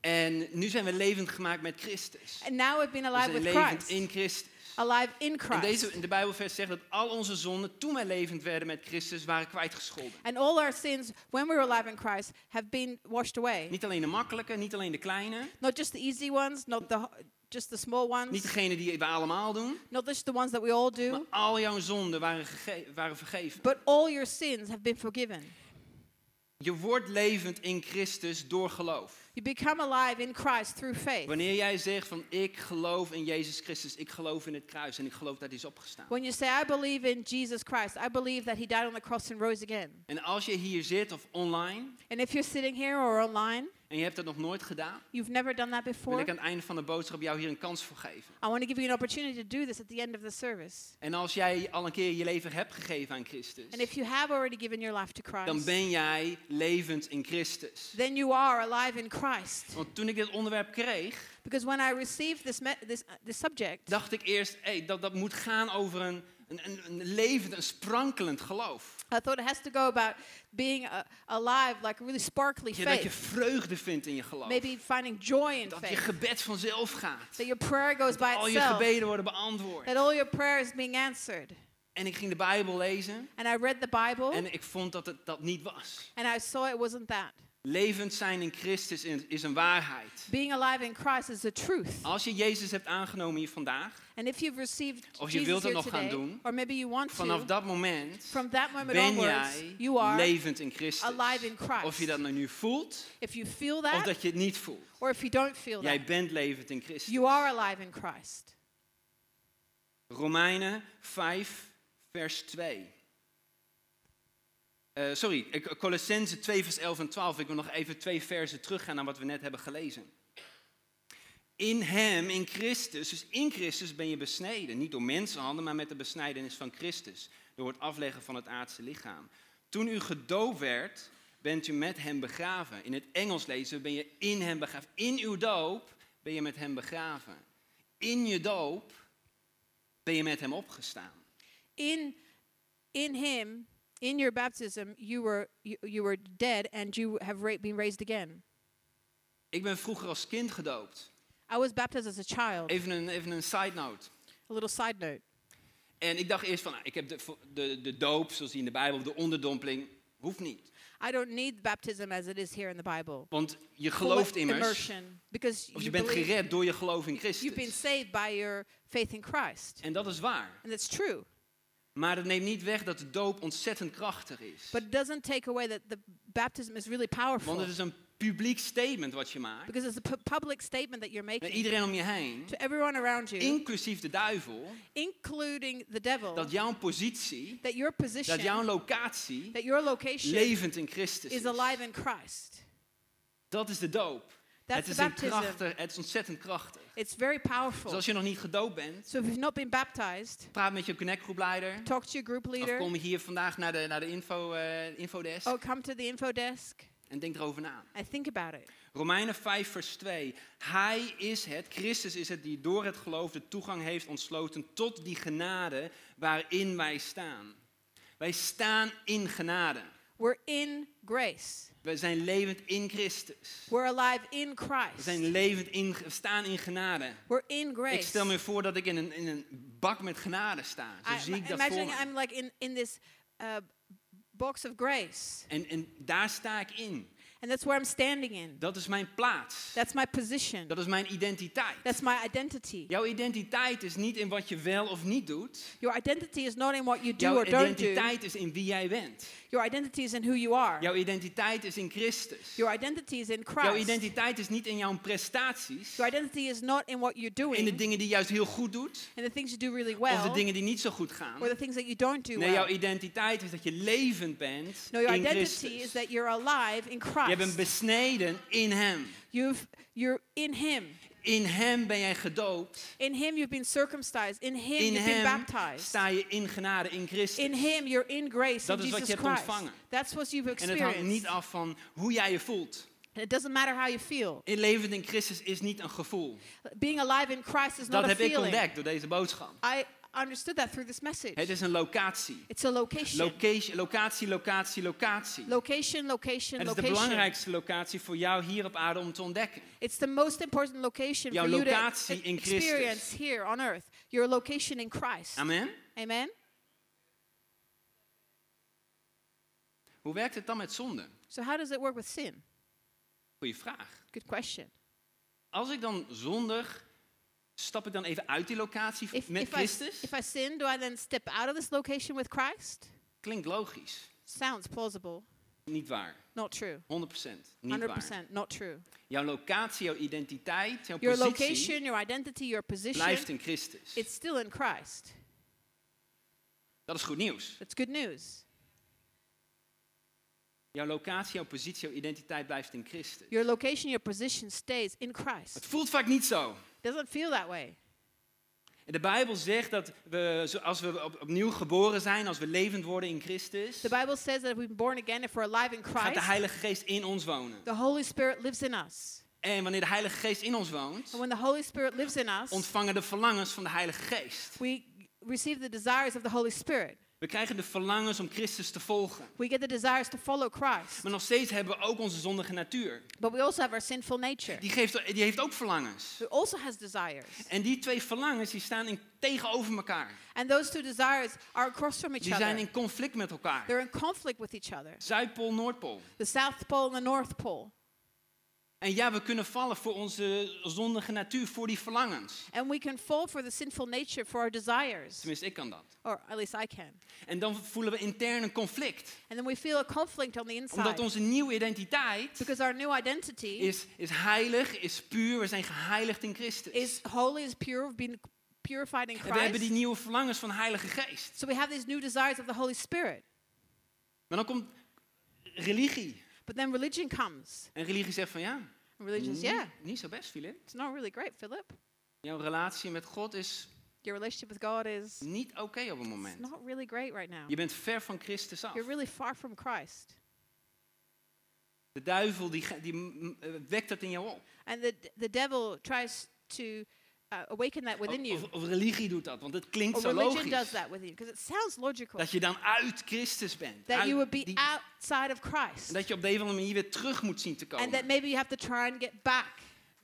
[SPEAKER 2] En nu zijn we levend gemaakt met Christus.
[SPEAKER 3] And now we've been
[SPEAKER 2] We
[SPEAKER 3] alive
[SPEAKER 2] zijn
[SPEAKER 3] with
[SPEAKER 2] levend
[SPEAKER 3] Christ.
[SPEAKER 2] in Christus.
[SPEAKER 3] alive in
[SPEAKER 2] En
[SPEAKER 3] Christ.
[SPEAKER 2] deze, de Bijbelvers zegt dat al onze zonden, toen wij levend werden met Christus, waren kwijtgescholden.
[SPEAKER 3] and all our sins, when we were alive in Christ, have been washed away.
[SPEAKER 2] Niet alleen de makkelijke, niet alleen de kleine.
[SPEAKER 3] Not just the easy ones, not the h- just the small ones,
[SPEAKER 2] Niet degene die we allemaal doen.
[SPEAKER 3] not just the ones that we all
[SPEAKER 2] Maar
[SPEAKER 3] do,
[SPEAKER 2] al jouw zonden waren, gege- waren vergeven.
[SPEAKER 3] but all your sins have been forgiven.
[SPEAKER 2] Je wordt levend in Christus door geloof.
[SPEAKER 3] You become alive in Christ through faith.
[SPEAKER 2] Wanneer jij zegt van ik geloof in Jezus Christus, ik geloof in het kruis en ik geloof dat hij is opgestaan.
[SPEAKER 3] When you say, I believe in Jesus Christ, I believe that he died on the cross and rose again.
[SPEAKER 2] En als je hier zit of online
[SPEAKER 3] And if you're sitting here or online,
[SPEAKER 2] en je hebt dat nog nooit gedaan,
[SPEAKER 3] you've never done that
[SPEAKER 2] wil
[SPEAKER 3] before,
[SPEAKER 2] ik aan het einde van de boodschap jou hier een kans voor geven.
[SPEAKER 3] I want to give you an opportunity to do this at the end of the service.
[SPEAKER 2] En als jij al een keer je leven hebt gegeven aan Christus,
[SPEAKER 3] And if you have already given your life to
[SPEAKER 2] dan
[SPEAKER 3] Christ,
[SPEAKER 2] ben jij levend in Christus.
[SPEAKER 3] then you are alive in Christ.
[SPEAKER 2] Want toen ik dit onderwerp kreeg,
[SPEAKER 3] Because when I received this, me- this, uh, this subject,
[SPEAKER 2] dacht ik eerst, hey, dat, dat moet gaan over een, een, een, een levend, een sprankelend geloof.
[SPEAKER 3] I thought it has to go about being uh, alive, like a really sparkly
[SPEAKER 2] Ja, dat je
[SPEAKER 3] faith.
[SPEAKER 2] vreugde vindt in je geloof.
[SPEAKER 3] Maybe finding joy in
[SPEAKER 2] dat je
[SPEAKER 3] faith.
[SPEAKER 2] gebed vanzelf gaat.
[SPEAKER 3] That your prayer goes by
[SPEAKER 2] Al je
[SPEAKER 3] itself.
[SPEAKER 2] gebeden worden beantwoord.
[SPEAKER 3] That all your prayer is being answered.
[SPEAKER 2] En ik ging de Bijbel lezen
[SPEAKER 3] And I read the Bible
[SPEAKER 2] en ik vond dat het dat niet was.
[SPEAKER 3] and I saw it wasn't that.
[SPEAKER 2] Levend zijn in Christus is- is een waarheid.
[SPEAKER 3] Being alive in Christ is the truth.
[SPEAKER 2] Als je Jezus hebt aangenomen hier vandaag,
[SPEAKER 3] And Oh, if you've received
[SPEAKER 2] Of je wilt het
[SPEAKER 3] Jesus here
[SPEAKER 2] nog gaan
[SPEAKER 3] today,
[SPEAKER 2] doen,
[SPEAKER 3] or maybe you want
[SPEAKER 2] vanaf
[SPEAKER 3] to,
[SPEAKER 2] dat moment
[SPEAKER 3] from that moment
[SPEAKER 2] ben
[SPEAKER 3] onwards,
[SPEAKER 2] jij
[SPEAKER 3] you are,
[SPEAKER 2] levend in Christus.
[SPEAKER 3] alive in Christ.
[SPEAKER 2] Of je dat nou nu voelt,
[SPEAKER 3] if you feel
[SPEAKER 2] of
[SPEAKER 3] that,
[SPEAKER 2] dat je het niet voelt.
[SPEAKER 3] or if you don't feel that,
[SPEAKER 2] Jij bent levend in Christus.
[SPEAKER 3] you are alive in Christ.
[SPEAKER 2] Romeinen 5, vers 2. Eh, sorry, eh, Colossense 2, vers 11 en 12. Ik wil nog even twee versen teruggaan naar wat we net hebben gelezen. In hem, in Christus, dus in Christus ben je besneden. Niet door mensenhanden, maar met de besnijdenis van Christus. Door het afleggen van het aardse lichaam. Toen u gedoopt werd, bent u met hem begraven. In het Engels lezen we, ben je in hem begraven. In uw doop ben je met hem begraven. In je doop ben je met hem opgestaan.
[SPEAKER 3] In in him, in your baptism, you were you, you were dead and you have ra- been raised again.
[SPEAKER 2] Ik ben vroeger als kind gedoopt.
[SPEAKER 3] I was baptized as a child.
[SPEAKER 2] Even een, even een side note.
[SPEAKER 3] A little side note.
[SPEAKER 2] En ik dacht eerst van, nou, ik heb de, de, de doop, zoals die in de Bijbel, of de onderdompeling, hoeft niet.
[SPEAKER 3] I don't need baptism as it is here in the Bible.
[SPEAKER 2] Want je gelooft
[SPEAKER 3] Full
[SPEAKER 2] immers,
[SPEAKER 3] immersion because
[SPEAKER 2] of
[SPEAKER 3] you
[SPEAKER 2] je bent
[SPEAKER 3] believe-
[SPEAKER 2] gered door je geloof in
[SPEAKER 3] you've been
[SPEAKER 2] Christus.
[SPEAKER 3] saved by your faith in Christ.
[SPEAKER 2] En dat is waar.
[SPEAKER 3] And that's true.
[SPEAKER 2] Maar dat neemt niet weg dat de doop ontzettend krachtig is.
[SPEAKER 3] But it doesn't take away that the baptism is really
[SPEAKER 2] Want
[SPEAKER 3] powerful
[SPEAKER 2] het is een publiek statement wat je maakt.
[SPEAKER 3] because it's a pu- public statement that you're
[SPEAKER 2] Naar
[SPEAKER 3] making
[SPEAKER 2] iedereen om je heen,
[SPEAKER 3] to everyone around you,
[SPEAKER 2] inclusief de duivel,
[SPEAKER 3] including the devil,
[SPEAKER 2] dat jouw positie,
[SPEAKER 3] that your position,
[SPEAKER 2] dat jouw locatie
[SPEAKER 3] that your location
[SPEAKER 2] levend in Christus
[SPEAKER 3] is
[SPEAKER 2] is.
[SPEAKER 3] alive in Christ.
[SPEAKER 2] Dat is de doop.
[SPEAKER 3] That's
[SPEAKER 2] Het
[SPEAKER 3] the
[SPEAKER 2] is, een
[SPEAKER 3] baptism.
[SPEAKER 2] krachtig, het is ontzettend krachtig.
[SPEAKER 3] It's very
[SPEAKER 2] Dus
[SPEAKER 3] powerful.
[SPEAKER 2] als je nog niet gedoopt bent,
[SPEAKER 3] So if you've not been baptized,
[SPEAKER 2] praat met je connectgroepleider.
[SPEAKER 3] talk to your group
[SPEAKER 2] Of
[SPEAKER 3] leader Oh.
[SPEAKER 2] kom hier vandaag naar de, naar de info, eh, infodesk
[SPEAKER 3] or come to the info desk
[SPEAKER 2] en denk erover na.
[SPEAKER 3] and think about it.
[SPEAKER 2] Romeinen 5 vers 2. Hij is het, Christus is het, die door het geloof de toegang heeft ontsloten tot die genade waarin wij staan. Wij staan in genade.
[SPEAKER 3] We're in grace.
[SPEAKER 2] Wij zijn levend in Christus.
[SPEAKER 3] We're alive in
[SPEAKER 2] We
[SPEAKER 3] Christ.
[SPEAKER 2] zijn levend in, we staan in genade.
[SPEAKER 3] We're in
[SPEAKER 2] Ik
[SPEAKER 3] grace.
[SPEAKER 2] stel me voor dat ik in een, in een bak met genade sta. Zo
[SPEAKER 3] I-
[SPEAKER 2] zie ik dat voor
[SPEAKER 3] imagining
[SPEAKER 2] me.
[SPEAKER 3] I'm like in, in this uh, box of grace,
[SPEAKER 2] En, en daar sta ik in.
[SPEAKER 3] and that's where I'm standing in.
[SPEAKER 2] Dat is mijn plaats.
[SPEAKER 3] That's my position.
[SPEAKER 2] Dat is mijn identiteit.
[SPEAKER 3] That's my identity.
[SPEAKER 2] Jouw identiteit is niet in wat je wel of niet doet.
[SPEAKER 3] Your identity is not in what you do
[SPEAKER 2] Jouw
[SPEAKER 3] or don't do.
[SPEAKER 2] identiteit is in wie jij bent.
[SPEAKER 3] Your identity is in who you are.
[SPEAKER 2] Jouw identiteit is in Christus.
[SPEAKER 3] Your identity is in
[SPEAKER 2] Jouw
[SPEAKER 3] Christ.
[SPEAKER 2] identiteit is niet in jouw prestaties.
[SPEAKER 3] Your identity is not in what you're
[SPEAKER 2] In
[SPEAKER 3] doing
[SPEAKER 2] de dingen die juist heel goed doet.
[SPEAKER 3] and the things you do really
[SPEAKER 2] Of
[SPEAKER 3] well
[SPEAKER 2] de dingen die niet zo goed gaan.
[SPEAKER 3] or the things that you don't do
[SPEAKER 2] Nee, jouw
[SPEAKER 3] well.
[SPEAKER 2] identiteit is dat je levend bent
[SPEAKER 3] No, your
[SPEAKER 2] in
[SPEAKER 3] identity is
[SPEAKER 2] Christus.
[SPEAKER 3] that you're alive in
[SPEAKER 2] Je bent
[SPEAKER 3] Christ.
[SPEAKER 2] besneden in Hem.
[SPEAKER 3] You've, you're in Him.
[SPEAKER 2] In Hem ben jij gedoopt.
[SPEAKER 3] In Him you've been circumcised. In Him
[SPEAKER 2] In
[SPEAKER 3] you've
[SPEAKER 2] Hem
[SPEAKER 3] been baptized.
[SPEAKER 2] sta je in genade in Christus.
[SPEAKER 3] In Him you're in grace
[SPEAKER 2] Dat
[SPEAKER 3] in
[SPEAKER 2] is wat
[SPEAKER 3] Jesus
[SPEAKER 2] je hebt
[SPEAKER 3] Christ.
[SPEAKER 2] ontvangen.
[SPEAKER 3] That's what you've
[SPEAKER 2] En het hangt
[SPEAKER 3] experienced.
[SPEAKER 2] niet af van hoe jij je voelt.
[SPEAKER 3] And it doesn't matter how you feel.
[SPEAKER 2] In levend in Christus is niet een gevoel.
[SPEAKER 3] Being alive in Christ is
[SPEAKER 2] Dat
[SPEAKER 3] not a
[SPEAKER 2] heb ik
[SPEAKER 3] feeling.
[SPEAKER 2] ontdekt door deze boodschap.
[SPEAKER 3] I understood that through this message.
[SPEAKER 2] Het is een locatie.
[SPEAKER 3] It's a location.
[SPEAKER 2] Location, locatie, locatie, locatie.
[SPEAKER 3] location, location,
[SPEAKER 2] Het is de
[SPEAKER 3] location.
[SPEAKER 2] belangrijkste locatie voor jou hier op aarde om te ontdekken.
[SPEAKER 3] It's the most important location
[SPEAKER 2] Jouw
[SPEAKER 3] for you to
[SPEAKER 2] locatie in Christus.
[SPEAKER 3] experience here on earth. Your location in Christ.
[SPEAKER 2] Amen.
[SPEAKER 3] Amen.
[SPEAKER 2] Hoe werkt het dan met zonde?
[SPEAKER 3] So how does it work with sin?
[SPEAKER 2] Goeie vraag.
[SPEAKER 3] Good question.
[SPEAKER 2] Als ik dan zondig, stap ik dan even uit die locatie v-
[SPEAKER 3] If,
[SPEAKER 2] met
[SPEAKER 3] if, I, s-
[SPEAKER 2] Christus?
[SPEAKER 3] if I sin, do I then step out of this location with Christ?
[SPEAKER 2] Klinkt logisch.
[SPEAKER 3] Sounds plausible.
[SPEAKER 2] Niet waar.
[SPEAKER 3] Not true.
[SPEAKER 2] 100%. Niet waar.
[SPEAKER 3] 100% not true.
[SPEAKER 2] Jouw locatie, jouw identiteit, jouw
[SPEAKER 3] Your
[SPEAKER 2] positie
[SPEAKER 3] location, your identity, your
[SPEAKER 2] blijft
[SPEAKER 3] position,
[SPEAKER 2] in Christus.
[SPEAKER 3] it's still in Christ.
[SPEAKER 2] Dat is goed nieuws.
[SPEAKER 3] That's good news.
[SPEAKER 2] Jouw locatie, jouw positie, jouw identiteit blijft in Christus.
[SPEAKER 3] Your location, your position stays in
[SPEAKER 2] Het
[SPEAKER 3] Christ.
[SPEAKER 2] voelt vaak niet zo.
[SPEAKER 3] Doesn't feel that way.
[SPEAKER 2] En De Bijbel zegt dat we, zo- als we op- opnieuw geboren zijn, als we levend worden in Christus,
[SPEAKER 3] The Bible says that if we've been born again, if we're alive in
[SPEAKER 2] gaat de
[SPEAKER 3] Christ,
[SPEAKER 2] Heilige Geest in ons wonen.
[SPEAKER 3] the Holy Spirit lives in us.
[SPEAKER 2] En wanneer de Heilige Geest in ons woont,
[SPEAKER 3] And when the Holy Spirit lives in us,
[SPEAKER 2] ontvangen de verlangens van de Heilige Geest.
[SPEAKER 3] we receive the desires of the Holy Spirit.
[SPEAKER 2] We krijgen de verlangens om Christus te volgen.
[SPEAKER 3] We get the desires to follow Christ.
[SPEAKER 2] Maar nog steeds hebben we ook onze zondige natuur.
[SPEAKER 3] But we also have our sinful nature,
[SPEAKER 2] Die, geeft, die heeft ook verlangens.
[SPEAKER 3] who also has desires.
[SPEAKER 2] En die twee verlangens die staan in, tegenover elkaar.
[SPEAKER 3] And those two desires are across from each
[SPEAKER 2] Die zijn
[SPEAKER 3] other.
[SPEAKER 2] in conflict met elkaar.
[SPEAKER 3] They're in conflict with each other.
[SPEAKER 2] Zuidpool, Noordpool.
[SPEAKER 3] The South Pole and the North Pole.
[SPEAKER 2] En ja, we kunnen vallen voor onze zondige natuur, voor die verlangens.
[SPEAKER 3] And we can fall for the sinful nature, for our desires,
[SPEAKER 2] Tenminste, ik kan dat.
[SPEAKER 3] or at least I can.
[SPEAKER 2] En dan voelen we intern een conflict.
[SPEAKER 3] And then we feel a conflict on the inside
[SPEAKER 2] Omdat onze nieuwe identiteit
[SPEAKER 3] because our new identity
[SPEAKER 2] is, is heilig, is puur. We zijn geheiligd in Christus.
[SPEAKER 3] is holy, is pure, we've been purified in
[SPEAKER 2] En we hebben die
[SPEAKER 3] Christ.
[SPEAKER 2] nieuwe verlangens van Heilige Geest.
[SPEAKER 3] So we have these new desires of the Holy Spirit.
[SPEAKER 2] Maar dan komt religie.
[SPEAKER 3] But then religion comes.
[SPEAKER 2] En religie zegt van ja,
[SPEAKER 3] And religion says, yeah,
[SPEAKER 2] niet zo best, Filip.
[SPEAKER 3] it's not really great, Philip.
[SPEAKER 2] Jouw relatie met God is
[SPEAKER 3] Your relationship with God is
[SPEAKER 2] niet oké op het
[SPEAKER 3] it's
[SPEAKER 2] moment.
[SPEAKER 3] not really great right now.
[SPEAKER 2] Je bent ver van Christus af.
[SPEAKER 3] You're really far from Christ.
[SPEAKER 2] De duivel die, ge- die mm, eh, wekt dat in jou op.
[SPEAKER 3] And the, the devil tries to uh, awaken that within
[SPEAKER 2] Of,
[SPEAKER 3] you.
[SPEAKER 2] of religie doet dat, want het klinkt
[SPEAKER 3] Or
[SPEAKER 2] zo
[SPEAKER 3] religion does
[SPEAKER 2] logisch.
[SPEAKER 3] that within you because it sounds logical
[SPEAKER 2] Dat je dan uit Christus bent.
[SPEAKER 3] that
[SPEAKER 2] uit
[SPEAKER 3] you would be
[SPEAKER 2] die-
[SPEAKER 3] outside of
[SPEAKER 2] en
[SPEAKER 3] Christ
[SPEAKER 2] dat je op de een of andere manier weer terug moet zien te
[SPEAKER 3] and that
[SPEAKER 2] komen.
[SPEAKER 3] maybe you have to try and get back.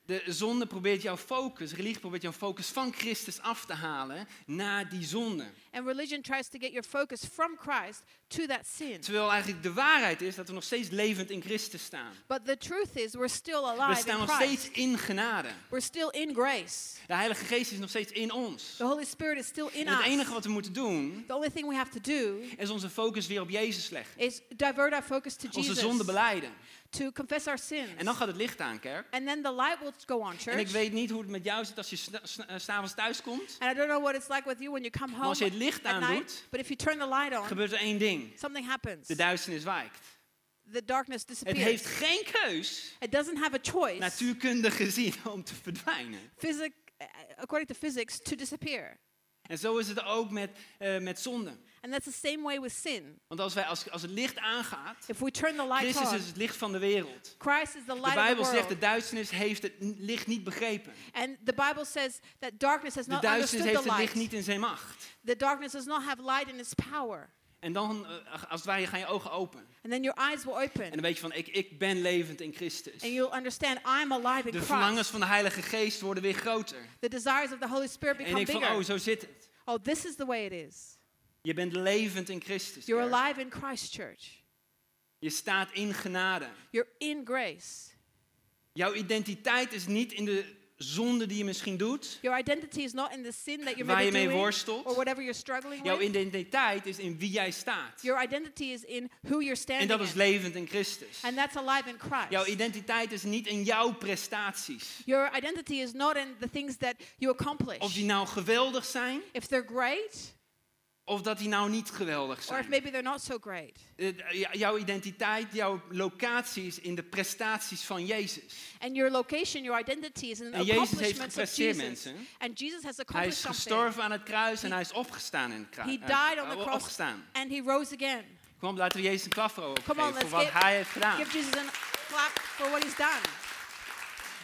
[SPEAKER 2] De zonde probeert jouw focus, religie probeert jouw focus van Christus af te halen naar die zonde.
[SPEAKER 3] And religion tries to get your focus from Christ to that sin.
[SPEAKER 2] Terwijl eigenlijk de waarheid is dat we nog steeds levend in Christus staan.
[SPEAKER 3] But the truth is, we're still
[SPEAKER 2] We
[SPEAKER 3] alive
[SPEAKER 2] staan
[SPEAKER 3] in
[SPEAKER 2] nog steeds
[SPEAKER 3] Christ.
[SPEAKER 2] in genade.
[SPEAKER 3] We're still in grace.
[SPEAKER 2] De Heilige Geest is nog steeds in ons.
[SPEAKER 3] The Holy Spirit is still in
[SPEAKER 2] En het enige
[SPEAKER 3] us.
[SPEAKER 2] wat we moeten doen,
[SPEAKER 3] The only thing we have to do
[SPEAKER 2] is onze focus weer op Jezus leggen.
[SPEAKER 3] is divert our focus to
[SPEAKER 2] Onze zonde
[SPEAKER 3] Jesus,
[SPEAKER 2] beleiden.
[SPEAKER 3] to confess our sins.
[SPEAKER 2] En dan gaat het licht aan, kerk.
[SPEAKER 3] And then the light will go on,
[SPEAKER 2] En ik
[SPEAKER 3] church.
[SPEAKER 2] weet niet hoe het met jou zit als je sna- sna- eh, s'avonds thuis komt.
[SPEAKER 3] And I don't know what it's like with you when you come home
[SPEAKER 2] als je het licht
[SPEAKER 3] at
[SPEAKER 2] aandoet,
[SPEAKER 3] night, but if you turn the light on,
[SPEAKER 2] Gebeurt er één ding.
[SPEAKER 3] something happens.
[SPEAKER 2] De duisternis wijkt.
[SPEAKER 3] The darkness
[SPEAKER 2] Het heeft
[SPEAKER 3] disappears.
[SPEAKER 2] geen keus,
[SPEAKER 3] It doesn't have a choice,
[SPEAKER 2] natuurkundig gezien, (laughs) om te verdwijnen.
[SPEAKER 3] physic, uh, according to physics, to disappear.
[SPEAKER 2] En zo is het ook met, eh, met zonde.
[SPEAKER 3] And that's the same way with sin.
[SPEAKER 2] Want als, wij, als, als het licht aangaat,
[SPEAKER 3] If we turn the light
[SPEAKER 2] Christus
[SPEAKER 3] on,
[SPEAKER 2] is het licht van de wereld.
[SPEAKER 3] Christ is the
[SPEAKER 2] De
[SPEAKER 3] light
[SPEAKER 2] Bijbel
[SPEAKER 3] of the
[SPEAKER 2] zegt,
[SPEAKER 3] world.
[SPEAKER 2] de duisternis heeft het n- licht niet begrepen.
[SPEAKER 3] And the Bible says that darkness has
[SPEAKER 2] De
[SPEAKER 3] not
[SPEAKER 2] duisternis
[SPEAKER 3] understood
[SPEAKER 2] heeft
[SPEAKER 3] the
[SPEAKER 2] het licht
[SPEAKER 3] light.
[SPEAKER 2] niet in zijn macht.
[SPEAKER 3] The darkness does not have light in its power.
[SPEAKER 2] En dan, eh, als het ware, gaan je ogen open.
[SPEAKER 3] And then your eyes will
[SPEAKER 2] En dan
[SPEAKER 3] open
[SPEAKER 2] weet je van, ik, ik ben levend in Christus.
[SPEAKER 3] and you'll understand I'm alive in
[SPEAKER 2] De verlangens
[SPEAKER 3] Christ.
[SPEAKER 2] van de Heilige Geest worden weer groter.
[SPEAKER 3] The desires of the Holy Spirit
[SPEAKER 2] En
[SPEAKER 3] become
[SPEAKER 2] ik van, oh,
[SPEAKER 3] bigger.
[SPEAKER 2] zo zit het.
[SPEAKER 3] Oh, this is the way it is.
[SPEAKER 2] Je bent levend in Christus.
[SPEAKER 3] You're
[SPEAKER 2] kerk.
[SPEAKER 3] alive in Christ Church.
[SPEAKER 2] Je staat in genade.
[SPEAKER 3] You're in grace.
[SPEAKER 2] Jouw identiteit is niet in de zonde die je misschien doet.
[SPEAKER 3] Your identity is not in the sin that you're
[SPEAKER 2] Waar je
[SPEAKER 3] maybe
[SPEAKER 2] mee
[SPEAKER 3] doing
[SPEAKER 2] worstelt.
[SPEAKER 3] or whatever you're struggling
[SPEAKER 2] Jouw
[SPEAKER 3] with.
[SPEAKER 2] identiteit is in wie jij staat.
[SPEAKER 3] Your identity is in who you're
[SPEAKER 2] En
[SPEAKER 3] standing
[SPEAKER 2] dat is
[SPEAKER 3] in.
[SPEAKER 2] levend in Christus.
[SPEAKER 3] And that's alive in Christ.
[SPEAKER 2] Jouw identiteit is niet in jouw prestaties.
[SPEAKER 3] Your identity is not in the things that you accomplish.
[SPEAKER 2] Of die nou geweldig zijn,
[SPEAKER 3] If they're great,
[SPEAKER 2] of dat die nou niet geweldig
[SPEAKER 3] or if
[SPEAKER 2] zijn.
[SPEAKER 3] maybe they're not so great.
[SPEAKER 2] Eh, ja, Jouw identiteit, jouw locatie is in de prestaties van Jezus.
[SPEAKER 3] And your location, your identity is in the
[SPEAKER 2] En Jezus heeft
[SPEAKER 3] accomplishments of
[SPEAKER 2] gepresteerd,
[SPEAKER 3] Jesus.
[SPEAKER 2] mensen.
[SPEAKER 3] And Jesus has
[SPEAKER 2] Hij
[SPEAKER 3] accomplished
[SPEAKER 2] is
[SPEAKER 3] something.
[SPEAKER 2] gestorven aan het kruis en hij is opgestaan in het kruis.
[SPEAKER 3] He
[SPEAKER 2] Eh,
[SPEAKER 3] died on the
[SPEAKER 2] eh,
[SPEAKER 3] cross
[SPEAKER 2] Opgestaan.
[SPEAKER 3] and he rose again.
[SPEAKER 2] Kom, laten we Jezus een klap voor ook
[SPEAKER 3] Come on,
[SPEAKER 2] geven
[SPEAKER 3] let's
[SPEAKER 2] voor wat
[SPEAKER 3] give,
[SPEAKER 2] hij heeft gedaan.
[SPEAKER 3] give Jesus a clap for what he's done.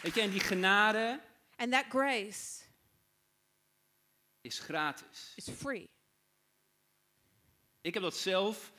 [SPEAKER 2] Weet je, en die genade
[SPEAKER 3] And that grace
[SPEAKER 2] is gratis.
[SPEAKER 3] is free.
[SPEAKER 2] Ik heb dat zelf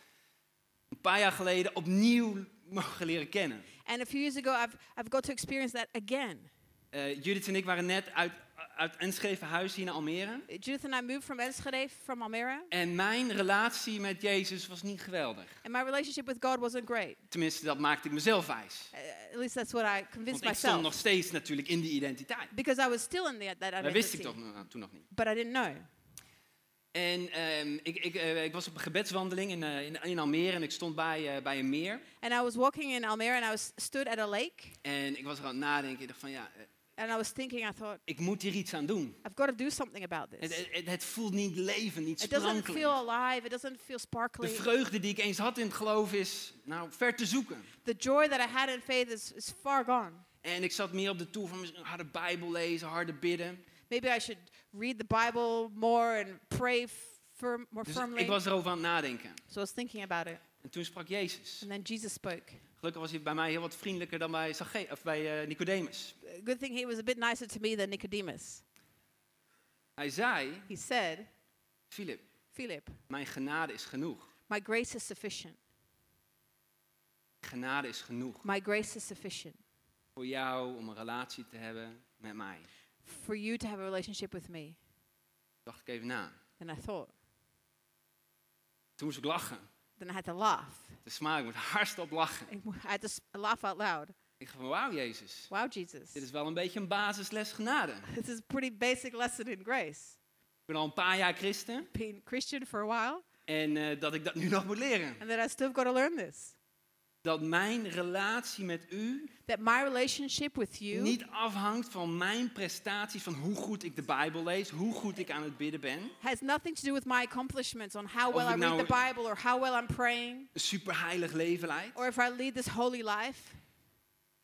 [SPEAKER 2] een paar jaar geleden opnieuw mogen leren kennen.
[SPEAKER 3] And a few years ago, I've, I've got to experience that again.
[SPEAKER 2] Eh, Judith en ik waren net uit, uit Enschede huis hier naar Almere.
[SPEAKER 3] Judith and I moved from Enschede, from Almere,
[SPEAKER 2] En mijn relatie met Jezus was niet geweldig.
[SPEAKER 3] and my relationship with God wasn't great.
[SPEAKER 2] Tenminste, dat maakte ik mezelf wijs.
[SPEAKER 3] Uh, at least that's what I
[SPEAKER 2] Want
[SPEAKER 3] convinced
[SPEAKER 2] ik stond nog
[SPEAKER 3] myself.
[SPEAKER 2] steeds natuurlijk in die identiteit.
[SPEAKER 3] Because I was still in the, that
[SPEAKER 2] Dat wist ik
[SPEAKER 3] identity.
[SPEAKER 2] toch nog- toen nog niet.
[SPEAKER 3] But I didn't know.
[SPEAKER 2] En ehm, ik, ik, eh, ik was op een gebedswandeling in, eh, in, in Almere en ik stond bij, eh, bij een meer.
[SPEAKER 3] And I was walking in Almere and I was stood at a lake
[SPEAKER 2] En ik was er aan het nadenken. Ik dacht van ja, eh,
[SPEAKER 3] and I was thinking, I thought,
[SPEAKER 2] ik moet hier iets aan doen.
[SPEAKER 3] I've got to do something about
[SPEAKER 2] Het,
[SPEAKER 3] this.
[SPEAKER 2] het- het, het voelt niet leven, niet
[SPEAKER 3] It doesn't feel
[SPEAKER 2] sprankelend.
[SPEAKER 3] alive, it doesn't feel
[SPEAKER 2] De
[SPEAKER 3] sparkly.
[SPEAKER 2] vreugde die ik eens had in het geloof is nou, ver te zoeken.
[SPEAKER 3] The joy that I had in faith is, is far gone.
[SPEAKER 2] En ik zat meer op de toer van misschien harde Bijbel lezen, harde bidden.
[SPEAKER 3] Maybe I should read the Bible more and pray firm, more
[SPEAKER 2] Dus
[SPEAKER 3] firmly.
[SPEAKER 2] ik was erover aan het nadenken.
[SPEAKER 3] so I was thinking about it.
[SPEAKER 2] En toen sprak Jezus.
[SPEAKER 3] And then Jesus spoke.
[SPEAKER 2] Gelukkig was hij bij mij heel wat vriendelijker dan bij, Zacchae- of bij eh, Nicodemus.
[SPEAKER 3] Uh, Good thing he was a bit nicer to me than Nicodemus.
[SPEAKER 2] Hij zei,
[SPEAKER 3] He said,
[SPEAKER 2] Filip,
[SPEAKER 3] Philip,
[SPEAKER 2] mijn genade is genoeg.
[SPEAKER 3] my grace is sufficient.
[SPEAKER 2] Genade is genoeg
[SPEAKER 3] My grace is sufficient
[SPEAKER 2] voor jou om een relatie te hebben met mij. Toen
[SPEAKER 3] for you to have a relationship with me.
[SPEAKER 2] dacht ik even na.
[SPEAKER 3] Then I thought,
[SPEAKER 2] Toen moest ik lachen.
[SPEAKER 3] then I had to laugh.
[SPEAKER 2] De smaak, ik moest hardstop lachen.
[SPEAKER 3] Ik mo- (laughs) I had to s- laugh out loud.
[SPEAKER 2] Ik dacht van, wauw Jezus,
[SPEAKER 3] Wow, Jesus.
[SPEAKER 2] dit is wel een beetje een basisles genade.
[SPEAKER 3] This is a pretty basic lesson in grace.
[SPEAKER 2] Ik ben al een paar jaar christen
[SPEAKER 3] Being Christian for a while,
[SPEAKER 2] en eh, dat ik dat nu nog moet leren.
[SPEAKER 3] and that I still got to learn this.
[SPEAKER 2] Dat mijn relatie met u
[SPEAKER 3] That my relationship with you
[SPEAKER 2] niet afhangt van mijn prestaties, van hoe goed ik de Bijbel lees, hoe goed ik aan het bidden ben.
[SPEAKER 3] has nothing to do with my accomplishments on how
[SPEAKER 2] Of
[SPEAKER 3] well I
[SPEAKER 2] ik nou-
[SPEAKER 3] read the Bible or how well I'm praying
[SPEAKER 2] Een superheilig leven leidt.
[SPEAKER 3] or if I lead this holy life.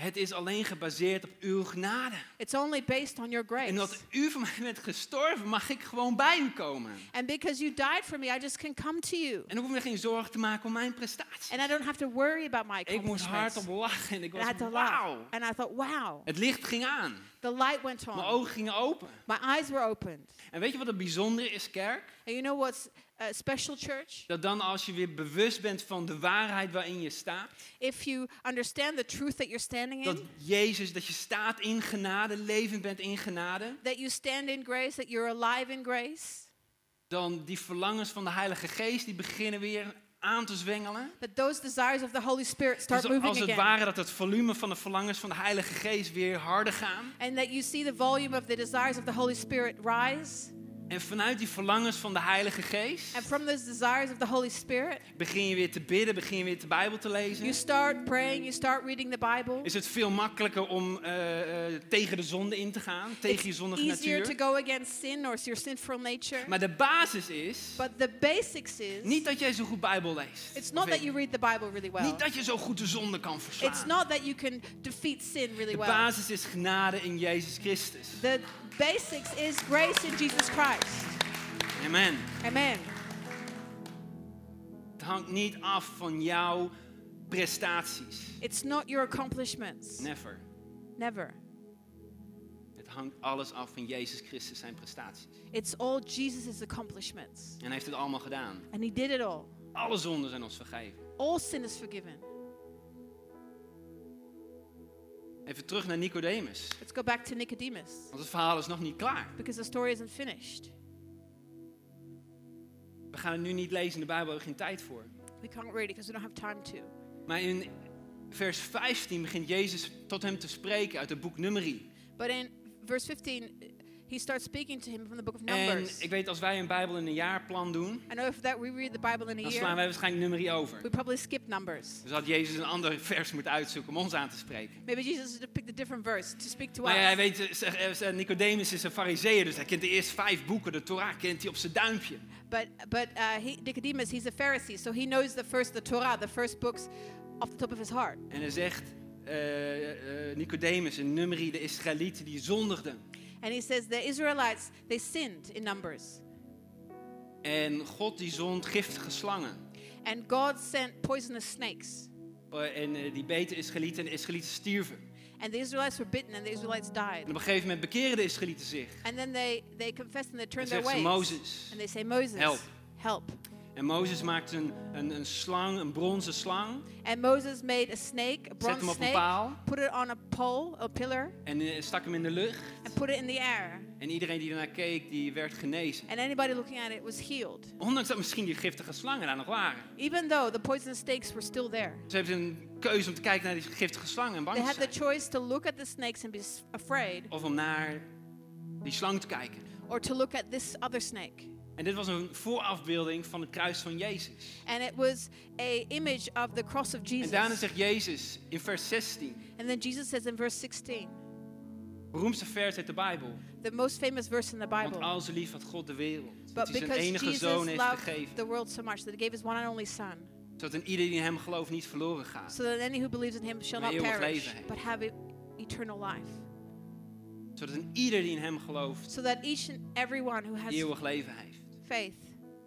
[SPEAKER 2] Het is alleen gebaseerd op uw genade.
[SPEAKER 3] It's only based on your grace.
[SPEAKER 2] En omdat u voor mij bent gestorven, mag ik gewoon bij u komen.
[SPEAKER 3] And because you died for me, I just can come to you.
[SPEAKER 2] En ik hoef me geen zorgen te maken om mijn prestatie.
[SPEAKER 3] And I don't have to worry about my
[SPEAKER 2] Ik moest
[SPEAKER 3] accomplishments.
[SPEAKER 2] hardop lachen en ik
[SPEAKER 3] And I
[SPEAKER 2] was
[SPEAKER 3] had to laugh.
[SPEAKER 2] wauw.
[SPEAKER 3] And I thought, wow.
[SPEAKER 2] Het licht ging aan.
[SPEAKER 3] The light went on.
[SPEAKER 2] Mijn ogen gingen open.
[SPEAKER 3] My eyes were opened.
[SPEAKER 2] En weet je wat het bijzondere is, kerk?
[SPEAKER 3] And you know what's uh, special, church?
[SPEAKER 2] Dat dan als je weer bewust bent van de waarheid waarin je staat,
[SPEAKER 3] If you understand the truth that you're standing in,
[SPEAKER 2] dat Jezus, dat je staat in genade, levend bent in genade,
[SPEAKER 3] that you stand in grace, that you're alive in grace,
[SPEAKER 2] dan die verlangens van de Heilige Geest, die beginnen weer aan te zwengelen.
[SPEAKER 3] that those desires of the Holy Spirit start
[SPEAKER 2] Dus als
[SPEAKER 3] moving
[SPEAKER 2] het
[SPEAKER 3] again.
[SPEAKER 2] ware dat het volume van de verlangens van de Heilige Geest weer harder gaan.
[SPEAKER 3] And that you see the volume of the desires of the Holy Spirit rise.
[SPEAKER 2] En vanuit die verlangens van de Heilige Geest
[SPEAKER 3] And from those desires of the Holy Spirit,
[SPEAKER 2] begin je weer te bidden, begin je weer de Bijbel te
[SPEAKER 3] you
[SPEAKER 2] lezen.
[SPEAKER 3] start praying, you start reading the Bible.
[SPEAKER 2] Is het veel makkelijker om eh, eh, tegen de zonde in te gaan, tegen je
[SPEAKER 3] It's
[SPEAKER 2] zondige
[SPEAKER 3] easier to
[SPEAKER 2] natuur.
[SPEAKER 3] go against sin or your sinful nature.
[SPEAKER 2] Maar de basis is
[SPEAKER 3] But the basics is
[SPEAKER 2] niet dat jij zo goed Bijbel leest.
[SPEAKER 3] it's not
[SPEAKER 2] Of
[SPEAKER 3] that you read the Bible really well.
[SPEAKER 2] Niet dat je zo goed de zonde kan verslaan.
[SPEAKER 3] It's not that you can defeat sin really
[SPEAKER 2] de
[SPEAKER 3] well.
[SPEAKER 2] basis is genade in Jezus Christus.
[SPEAKER 3] The basics is grace in Jesus Christ.
[SPEAKER 2] Amen.
[SPEAKER 3] Amen.
[SPEAKER 2] Het hangt niet af van jouw prestaties.
[SPEAKER 3] It's not your accomplishments.
[SPEAKER 2] Never.
[SPEAKER 3] Never.
[SPEAKER 2] Het hangt alles af van Jezus Christus, zijn prestaties.
[SPEAKER 3] It's all Jesus' accomplishments.
[SPEAKER 2] En hij heeft het allemaal gedaan.
[SPEAKER 3] And he did it all.
[SPEAKER 2] Alle zonden zijn ons vergeven.
[SPEAKER 3] All sin is forgiven.
[SPEAKER 2] Even terug naar Nicodemus.
[SPEAKER 3] Let's go back to Nicodemus
[SPEAKER 2] Want het verhaal is nog niet klaar.
[SPEAKER 3] because the story isn't finished.
[SPEAKER 2] We gaan het nu niet lezen in de Bijbel, we hebben geen tijd voor.
[SPEAKER 3] We can't read it because we don't have time to.
[SPEAKER 2] Maar in vers 15 begint Jezus tot hem te spreken uit het boek Numeri.
[SPEAKER 3] But in verse 15, he starts speaking to him from the book of
[SPEAKER 2] En
[SPEAKER 3] Numbers.
[SPEAKER 2] ik weet, als wij een Bijbel in een jaarplan doen,
[SPEAKER 3] I know if that we read the Bible in a
[SPEAKER 2] dan slaan
[SPEAKER 3] year,
[SPEAKER 2] wij waarschijnlijk Numeri over.
[SPEAKER 3] we probably skip Numbers.
[SPEAKER 2] Dus had Jezus een ander vers moeten uitzoeken om ons aan te spreken.
[SPEAKER 3] Maybe Jesus picked a different verse to speak to
[SPEAKER 2] Maar ja, hij
[SPEAKER 3] us.
[SPEAKER 2] weet, eh, zeg- eh, zeg, Nicodemus is een fariseer, dus hij kent de eerste vijf boeken, de Torah, kent hij op zijn duimpje.
[SPEAKER 3] But but uh, he, Nicodemus, he's a Pharisee, so he knows the first, the Torah, the first books, off the top of his heart.
[SPEAKER 2] En hij zegt, eh, eh, Nicodemus en Numeri, de Israëlieten, die zondigden.
[SPEAKER 3] And he says the Israelites they sinned in numbers,
[SPEAKER 2] En God die zond giftige slangen.
[SPEAKER 3] and God sent poisonous snakes,
[SPEAKER 2] Eh, En eh, die beten Israëlieten en de Israëlieten stierven.
[SPEAKER 3] and the Israelites were bitten, and the Israelites
[SPEAKER 2] En
[SPEAKER 3] died.
[SPEAKER 2] op een gegeven moment bekeren de Israëlieten zich.
[SPEAKER 3] And then they they confessed and they
[SPEAKER 2] En
[SPEAKER 3] turned their
[SPEAKER 2] zegt ze
[SPEAKER 3] ways.
[SPEAKER 2] Mozes.
[SPEAKER 3] And they say Moses,
[SPEAKER 2] Help.
[SPEAKER 3] help.
[SPEAKER 2] En Mozes maakt een, een, een slang, een bronzen slang.
[SPEAKER 3] And Moses made a snake, a
[SPEAKER 2] Zet
[SPEAKER 3] bronze
[SPEAKER 2] hem op een
[SPEAKER 3] snake,
[SPEAKER 2] paal.
[SPEAKER 3] put it on a pole, a pillar,
[SPEAKER 2] En eh, stak hem in de lucht.
[SPEAKER 3] and put it in the air.
[SPEAKER 2] En iedereen die ernaar keek, die werd genezen.
[SPEAKER 3] And anybody looking at it was healed,
[SPEAKER 2] Ondanks dat misschien die giftige slangen daar nog waren.
[SPEAKER 3] even though the poisonous snakes were still there.
[SPEAKER 2] Ze hebben een keuze om te kijken naar die giftige slangen en bang
[SPEAKER 3] They
[SPEAKER 2] te
[SPEAKER 3] had the
[SPEAKER 2] zijn.
[SPEAKER 3] choice to look at the snakes and be s- afraid,
[SPEAKER 2] Of om naar die slang te kijken.
[SPEAKER 3] or to look at this other snake.
[SPEAKER 2] En dit was een voorafbeelding van het kruis van Jezus.
[SPEAKER 3] And it was a image of the cross of
[SPEAKER 2] En
[SPEAKER 3] Jesus.
[SPEAKER 2] daarna zegt Jezus in vers 16,
[SPEAKER 3] And then Jesus says in verse 16,
[SPEAKER 2] beroemdste vers uit de Bijbel.
[SPEAKER 3] the most famous verse in the
[SPEAKER 2] Want
[SPEAKER 3] Bible.
[SPEAKER 2] al zo lief had God de wereld, dat hij
[SPEAKER 3] But
[SPEAKER 2] zijn
[SPEAKER 3] because
[SPEAKER 2] enige
[SPEAKER 3] Jesus
[SPEAKER 2] zoon heeft
[SPEAKER 3] loved
[SPEAKER 2] gegeven,
[SPEAKER 3] the world so much that he gave his one and only Son,
[SPEAKER 2] zodat een ieder die in hem gelooft niet verloren gaat.
[SPEAKER 3] so that any who believes in him shall
[SPEAKER 2] Maar
[SPEAKER 3] not
[SPEAKER 2] Ah. eeuwig
[SPEAKER 3] perish,
[SPEAKER 2] leven heeft.
[SPEAKER 3] but have e- eternal life.
[SPEAKER 2] Zodat een ieder die in hem gelooft,
[SPEAKER 3] So that each and everyone who has
[SPEAKER 2] eeuwig leven heeft.
[SPEAKER 3] faith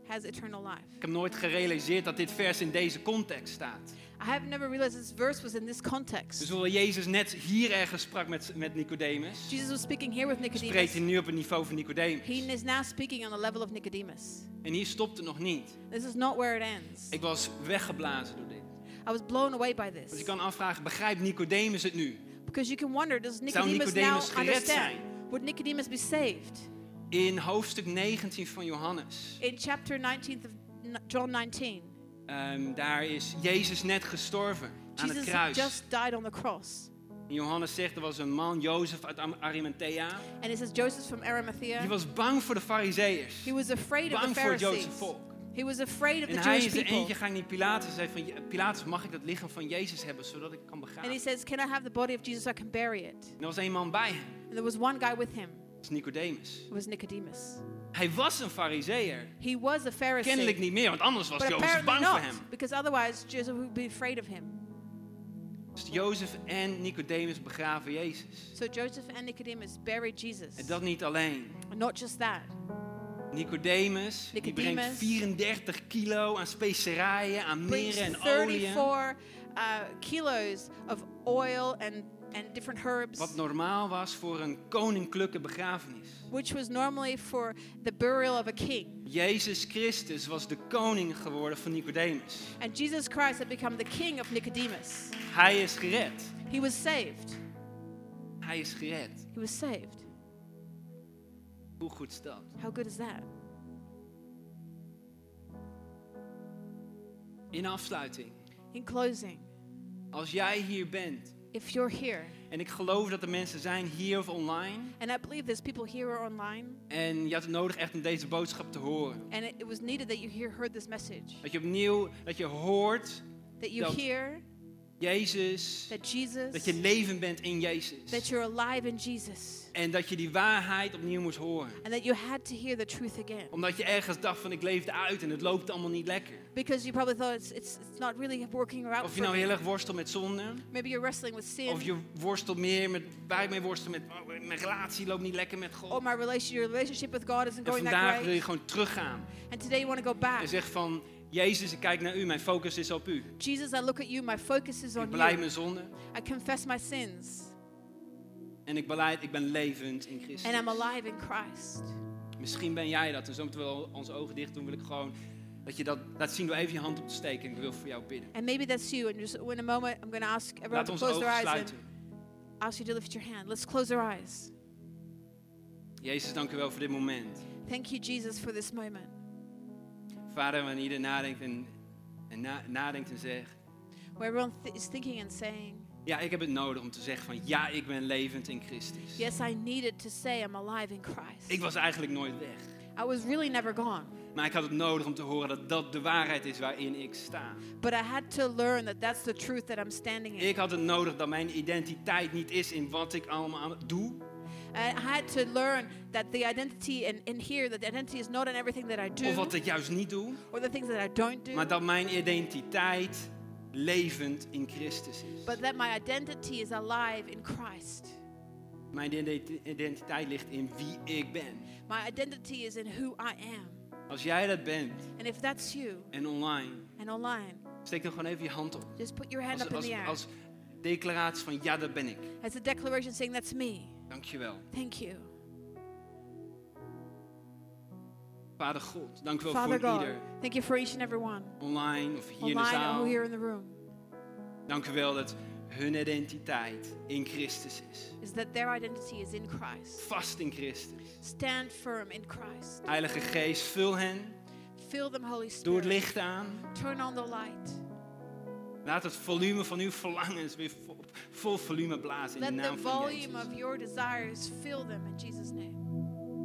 [SPEAKER 3] has eternal life.
[SPEAKER 2] Ik heb nooit gerealiseerd dat dit vers in deze context staat.
[SPEAKER 3] I have never realized this verse was in this
[SPEAKER 2] Dus
[SPEAKER 3] context.
[SPEAKER 2] hoewel Jezus net hier ergens sprak met, met Nicodemus,
[SPEAKER 3] Jesus was speaking here with
[SPEAKER 2] spreekt hij
[SPEAKER 3] Nicodemus.
[SPEAKER 2] nu op het niveau van
[SPEAKER 3] He
[SPEAKER 2] Nicodemus.
[SPEAKER 3] is now speaking on the level of Nicodemus.
[SPEAKER 2] En hier stopt het nog niet.
[SPEAKER 3] This is not where it ends.
[SPEAKER 2] Ik was weggeblazen door dit.
[SPEAKER 3] I was blown away by
[SPEAKER 2] Dus
[SPEAKER 3] this.
[SPEAKER 2] je kan afvragen, begrijpt Nicodemus het nu?
[SPEAKER 3] Because you can wonder, does Nicodemus,
[SPEAKER 2] Nicodemus
[SPEAKER 3] now
[SPEAKER 2] gered
[SPEAKER 3] understand?
[SPEAKER 2] zijn?
[SPEAKER 3] Would Nicodemus be saved?
[SPEAKER 2] In hoofdstuk 19 van Johannes,
[SPEAKER 3] In chapter 19 of N- John 19,
[SPEAKER 2] ehm, daar is Jezus net gestorven aan het
[SPEAKER 3] Jesus
[SPEAKER 2] kruis.
[SPEAKER 3] just died on the cross.
[SPEAKER 2] En Johannes zegt, er was een man, Jozef uit Am- Arimathea.
[SPEAKER 3] And it says Joseph from
[SPEAKER 2] Die
[SPEAKER 3] Arimathea,
[SPEAKER 2] was bang voor de fariseërs.
[SPEAKER 3] he was afraid of
[SPEAKER 2] Bang
[SPEAKER 3] the
[SPEAKER 2] voor het Joodse
[SPEAKER 3] Pharisees.
[SPEAKER 2] volk.
[SPEAKER 3] He was afraid of
[SPEAKER 2] En
[SPEAKER 3] the
[SPEAKER 2] hij
[SPEAKER 3] Jewish
[SPEAKER 2] is er
[SPEAKER 3] people.
[SPEAKER 2] eentje gaan naar Pilatus en zei van, "Je- Pilatus, mag ik dat lichaam van Jezus hebben, zodat ik kan begraven?
[SPEAKER 3] And he says, Can I have the body of Jesus? I can bury it.
[SPEAKER 2] En er was één man bij hem,
[SPEAKER 3] And there was one guy with him.
[SPEAKER 2] dat is Nicodemus.
[SPEAKER 3] It was Nicodemus.
[SPEAKER 2] Hij was een fariseer,
[SPEAKER 3] He was a
[SPEAKER 2] kennelijk
[SPEAKER 3] Pharisee.
[SPEAKER 2] niet meer, want anders was
[SPEAKER 3] But
[SPEAKER 2] Jozef
[SPEAKER 3] apparently
[SPEAKER 2] bang voor
[SPEAKER 3] not,
[SPEAKER 2] hem.
[SPEAKER 3] because otherwise Joseph would be afraid of him.
[SPEAKER 2] Dus Jozef en Nicodemus begraven Jezus.
[SPEAKER 3] So Joseph and Nicodemus buried Jesus.
[SPEAKER 2] En dat niet alleen.
[SPEAKER 3] And not just that.
[SPEAKER 2] Nicodemus, die brengt
[SPEAKER 3] Nicodemus.
[SPEAKER 2] 34 kilo aan specerijen, aan
[SPEAKER 3] Brings
[SPEAKER 2] meren en oliën.
[SPEAKER 3] 34 uh, kilos of oil and, and different herbs,
[SPEAKER 2] Wat normaal was voor een koninklijke begrafenis.
[SPEAKER 3] which was normally for the burial of a king.
[SPEAKER 2] Jezus Christus was de koning geworden van Nicodemus.
[SPEAKER 3] And Jesus Christ had become the king of Nicodemus.
[SPEAKER 2] Hij is gered.
[SPEAKER 3] He was saved.
[SPEAKER 2] Hij is gered.
[SPEAKER 3] He was saved.
[SPEAKER 2] Hoe goed is dat?
[SPEAKER 3] How good is that?
[SPEAKER 2] In afsluiting,
[SPEAKER 3] In closing,
[SPEAKER 2] als jij hier bent,
[SPEAKER 3] if you're here,
[SPEAKER 2] en ik geloof dat er mensen zijn hier of online,
[SPEAKER 3] and I believe there's people here or online,
[SPEAKER 2] en je had het nodig echt om deze boodschap te horen.
[SPEAKER 3] and it, it was needed that you hear heard this message,
[SPEAKER 2] Dat je opnieuw, dat je hoort,
[SPEAKER 3] that you
[SPEAKER 2] Dat-
[SPEAKER 3] hear
[SPEAKER 2] Jezus,
[SPEAKER 3] that Jesus,
[SPEAKER 2] dat je levend bent in Jezus.
[SPEAKER 3] that you're alive in Jesus,
[SPEAKER 2] En dat je die waarheid opnieuw moest horen.
[SPEAKER 3] and that you had to hear the truth again.
[SPEAKER 2] Omdat je ergens dacht van ik leefde uit en het loopt allemaal niet lekker.
[SPEAKER 3] Because you probably thought it's, it's, it's not really working out
[SPEAKER 2] Of
[SPEAKER 3] for
[SPEAKER 2] je nou
[SPEAKER 3] me.
[SPEAKER 2] heel erg worstelt met zonde.
[SPEAKER 3] Maybe you're wrestling with
[SPEAKER 2] Of
[SPEAKER 3] sin,
[SPEAKER 2] je worstelt meer met waar ik mee worstel met oh, mijn relatie loopt niet lekker met
[SPEAKER 3] or
[SPEAKER 2] God.
[SPEAKER 3] my relation, your relationship with God isn't
[SPEAKER 2] En
[SPEAKER 3] going
[SPEAKER 2] vandaag
[SPEAKER 3] that
[SPEAKER 2] wil je
[SPEAKER 3] great.
[SPEAKER 2] gewoon teruggaan.
[SPEAKER 3] And today you want to go
[SPEAKER 2] En
[SPEAKER 3] back.
[SPEAKER 2] zeg van Jezus, ik kijk naar u, mijn focus is op u.
[SPEAKER 3] Jesus, I look at you, my focus is
[SPEAKER 2] Ik
[SPEAKER 3] on
[SPEAKER 2] beleid
[SPEAKER 3] you.
[SPEAKER 2] mijn zonde
[SPEAKER 3] I confess my sins,
[SPEAKER 2] en ik beleid ik ben levend in Christus.
[SPEAKER 3] and I'm alive in Christ.
[SPEAKER 2] Misschien ben jij dat. En zo moeten we al onze ogen dicht doen. Wil ik gewoon dat je dat laat zien door even je hand op te steken. En ik wil voor jou bidden.
[SPEAKER 3] And maybe that's you. And just in a moment, I'm going to ask everyone
[SPEAKER 2] Laat
[SPEAKER 3] to
[SPEAKER 2] onze
[SPEAKER 3] close their
[SPEAKER 2] ogen
[SPEAKER 3] eyes and
[SPEAKER 2] sluiten.
[SPEAKER 3] ask you to lift your hand. Let's close our eyes.
[SPEAKER 2] Jezus, dank u wel voor dit moment.
[SPEAKER 3] Thank you, Jesus, for this moment.
[SPEAKER 2] Vader, wanneer ieder nadenkt en, en na- nadenkt en zegt...
[SPEAKER 3] Where everyone th- is thinking and saying,
[SPEAKER 2] Ja, ik heb het nodig om te zeggen van... Ja, ik ben levend in Christus.
[SPEAKER 3] Yes, I needed to say I'm alive in Christ.
[SPEAKER 2] Ik was eigenlijk nooit weg.
[SPEAKER 3] I was really never gone,
[SPEAKER 2] Maar ik had het nodig om te horen dat dat de waarheid is waarin ik sta.
[SPEAKER 3] but I had to learn that that's the truth that I'm standing in.
[SPEAKER 2] Ik had het nodig dat mijn identiteit niet is in wat ik allemaal doe.
[SPEAKER 3] And I had to learn that the identity in, in here, that the identity is not in everything that I
[SPEAKER 2] Of
[SPEAKER 3] do
[SPEAKER 2] wat ik juist niet doe.
[SPEAKER 3] or the things that I don't do,
[SPEAKER 2] Maar dat mijn identiteit levend in Christus is.
[SPEAKER 3] but that my identity is alive in Christ.
[SPEAKER 2] Mijn identi- identiteit ligt in wie ik ben.
[SPEAKER 3] My identity is in who I am.
[SPEAKER 2] Als jij dat bent
[SPEAKER 3] And if that's you
[SPEAKER 2] en online,
[SPEAKER 3] and online,
[SPEAKER 2] steek dan gewoon even je hand op.
[SPEAKER 3] just put your hand
[SPEAKER 2] Als,
[SPEAKER 3] up in
[SPEAKER 2] als,
[SPEAKER 3] the air
[SPEAKER 2] als declaratie van ja, dat ben ik.
[SPEAKER 3] as a declaration saying, That's me.
[SPEAKER 2] Dankjewel.
[SPEAKER 3] Thank you.
[SPEAKER 2] Vader God, dank u wel
[SPEAKER 3] Father
[SPEAKER 2] voor
[SPEAKER 3] God,
[SPEAKER 2] ieder
[SPEAKER 3] thank you for each and every one
[SPEAKER 2] online of hier in de
[SPEAKER 3] online
[SPEAKER 2] zaal.
[SPEAKER 3] or here in the room.
[SPEAKER 2] Dank u wel dat hun identiteit in Christus is.
[SPEAKER 3] is that their identity is in Christ.
[SPEAKER 2] Vast in Christus.
[SPEAKER 3] Stand firm in Christ.
[SPEAKER 2] Heilige Geest, vul hen.
[SPEAKER 3] Fill them, Holy
[SPEAKER 2] Doe het
[SPEAKER 3] Spirit.
[SPEAKER 2] licht aan.
[SPEAKER 3] Turn on the light.
[SPEAKER 2] Laat het volume van uw verlangens weer vol, vol volume blazen in
[SPEAKER 3] Let
[SPEAKER 2] de
[SPEAKER 3] the
[SPEAKER 2] naam van
[SPEAKER 3] volume
[SPEAKER 2] Jezus.
[SPEAKER 3] of your desires fill them in Jesus' name.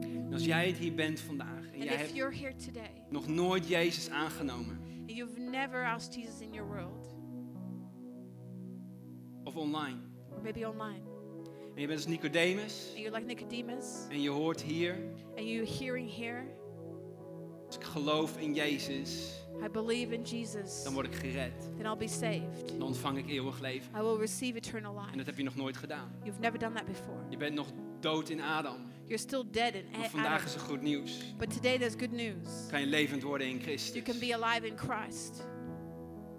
[SPEAKER 2] En Als jij het hier bent vandaag en
[SPEAKER 3] And
[SPEAKER 2] jij
[SPEAKER 3] if
[SPEAKER 2] hebt
[SPEAKER 3] you're here today
[SPEAKER 2] nog nooit Jezus aangenomen...
[SPEAKER 3] and you've never asked Jesus in your world,
[SPEAKER 2] of online.
[SPEAKER 3] or maybe online,
[SPEAKER 2] En je bent als Nicodemus
[SPEAKER 3] and you're like Nicodemus
[SPEAKER 2] en je hoort hier,
[SPEAKER 3] and you're hearing here,
[SPEAKER 2] als ik geloof in Jezus,
[SPEAKER 3] I believe in Jesus,
[SPEAKER 2] dan word ik gered.
[SPEAKER 3] then I'll be saved.
[SPEAKER 2] Dan ontvang ik eeuwig leven.
[SPEAKER 3] I will receive eternal
[SPEAKER 2] En dat
[SPEAKER 3] life.
[SPEAKER 2] heb je nog nooit gedaan.
[SPEAKER 3] You've never done that before.
[SPEAKER 2] Je bent nog dood in Adam.
[SPEAKER 3] You're still dead in
[SPEAKER 2] Maar
[SPEAKER 3] A-
[SPEAKER 2] vandaag is
[SPEAKER 3] Adam.
[SPEAKER 2] er goed nieuws.
[SPEAKER 3] But today there's good news.
[SPEAKER 2] Kan je levend worden in
[SPEAKER 3] You can be
[SPEAKER 2] Christus.
[SPEAKER 3] alive in Christ.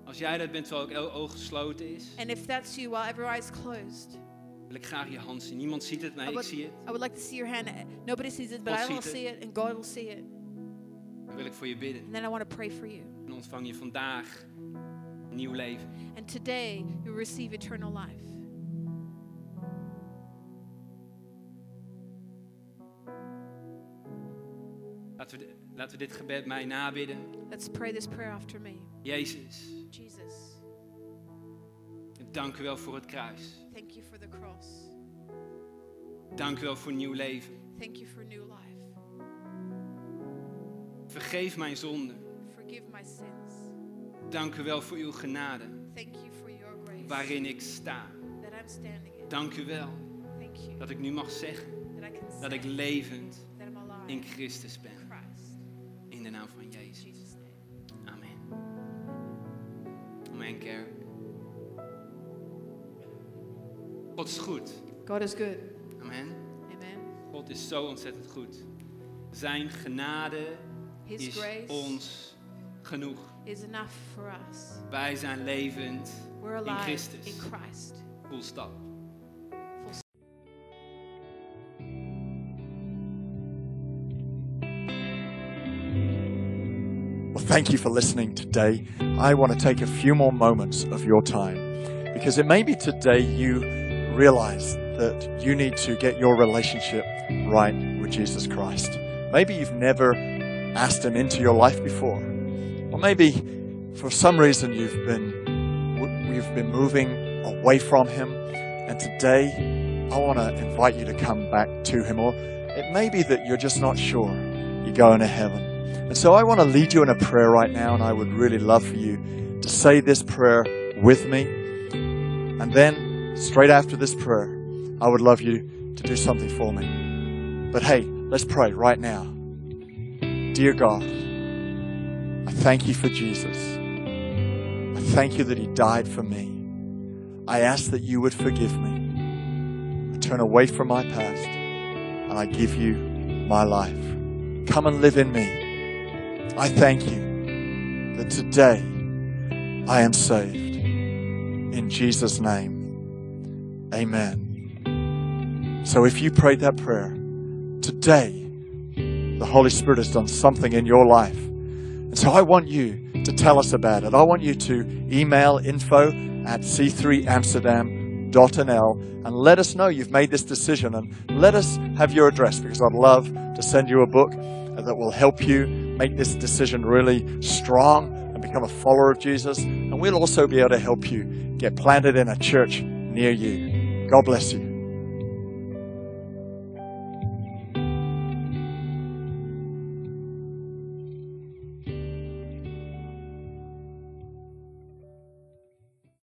[SPEAKER 2] Als jij dat bent terwijl elk oog gesloten is,
[SPEAKER 3] And if that's you, while every eye is closed,
[SPEAKER 2] wil ik graag je hand zien. Niemand ziet het,
[SPEAKER 3] I
[SPEAKER 2] maar ik
[SPEAKER 3] would,
[SPEAKER 2] zie het.
[SPEAKER 3] I would like to see your hand. Nobody sees it, but
[SPEAKER 2] God
[SPEAKER 3] I will
[SPEAKER 2] ziet het.
[SPEAKER 3] see it, and God will see it.
[SPEAKER 2] Dan wil ik voor je bidden.
[SPEAKER 3] And then I want to pray for you.
[SPEAKER 2] En ontvang je vandaag nieuw leven.
[SPEAKER 3] And today, you receive eternal life.
[SPEAKER 2] Laten we, di- laten we dit gebed mij nabidden.
[SPEAKER 3] Let's pray this prayer after me.
[SPEAKER 2] Jezus,
[SPEAKER 3] Jesus,
[SPEAKER 2] dank u wel voor het kruis.
[SPEAKER 3] thank you for the cross.
[SPEAKER 2] Dank u wel voor nieuw leven.
[SPEAKER 3] Thank you for new life.
[SPEAKER 2] Vergeef mijn zonden.
[SPEAKER 3] Forgive my sins.
[SPEAKER 2] Dank u wel voor uw genade,
[SPEAKER 3] Thank you for your grace
[SPEAKER 2] waarin ik sta.
[SPEAKER 3] that I'm standing in.
[SPEAKER 2] Dank u wel
[SPEAKER 3] Thank you
[SPEAKER 2] dat ik nu mag zeggen
[SPEAKER 3] that I can
[SPEAKER 2] dat
[SPEAKER 3] say
[SPEAKER 2] ik levend
[SPEAKER 3] that I'm alive
[SPEAKER 2] in Christus ben.
[SPEAKER 3] Christ.
[SPEAKER 2] In de naam van Jezus.
[SPEAKER 3] In Jesus' name.
[SPEAKER 2] Amen. Amen, kerk. God is goed.
[SPEAKER 4] God is good.
[SPEAKER 2] Amen.
[SPEAKER 3] Amen.
[SPEAKER 2] God is zo ontzettend goed. Zijn genade
[SPEAKER 3] His
[SPEAKER 2] is
[SPEAKER 3] grace
[SPEAKER 2] ons genoeg.
[SPEAKER 3] is enough for us.
[SPEAKER 2] Wij zijn levend
[SPEAKER 3] We're
[SPEAKER 2] in
[SPEAKER 3] alive
[SPEAKER 2] Christus.
[SPEAKER 3] in Christ.
[SPEAKER 2] Full stop.
[SPEAKER 1] Well, thank you for listening today. I want to take a few more moments of your time because it may be today you realize that you need to get your relationship right with Jesus Christ. Maybe you've never asked Him into your life before, or maybe for some reason you've been w- you've been moving away from Him, and today I want to invite you to come back to Him. Or it may be that you're just not sure you're going to heaven. And so I want to lead you in a prayer right now, and I would really love for you to say this prayer with me. And then, straight after this prayer, I would love you to do something for me. But hey, let's pray right now. Dear God, I thank you for Jesus. I thank you that he died for me. I ask that you would forgive me. I turn away from my past and I give you my life. Come and live in me. I thank you that today I am saved. In Jesus' name, amen. So if you prayed that prayer, today the Holy Spirit has done something in your life. And so I want you to tell us about it. I want you to email info at c3amsterdam.nl and let us know you've made this decision and let us have your address because I'd love to send you a book that will help you make this decision really strong and become a follower of Jesus. And we'll also be able to help you get planted in a church near you. God bless you.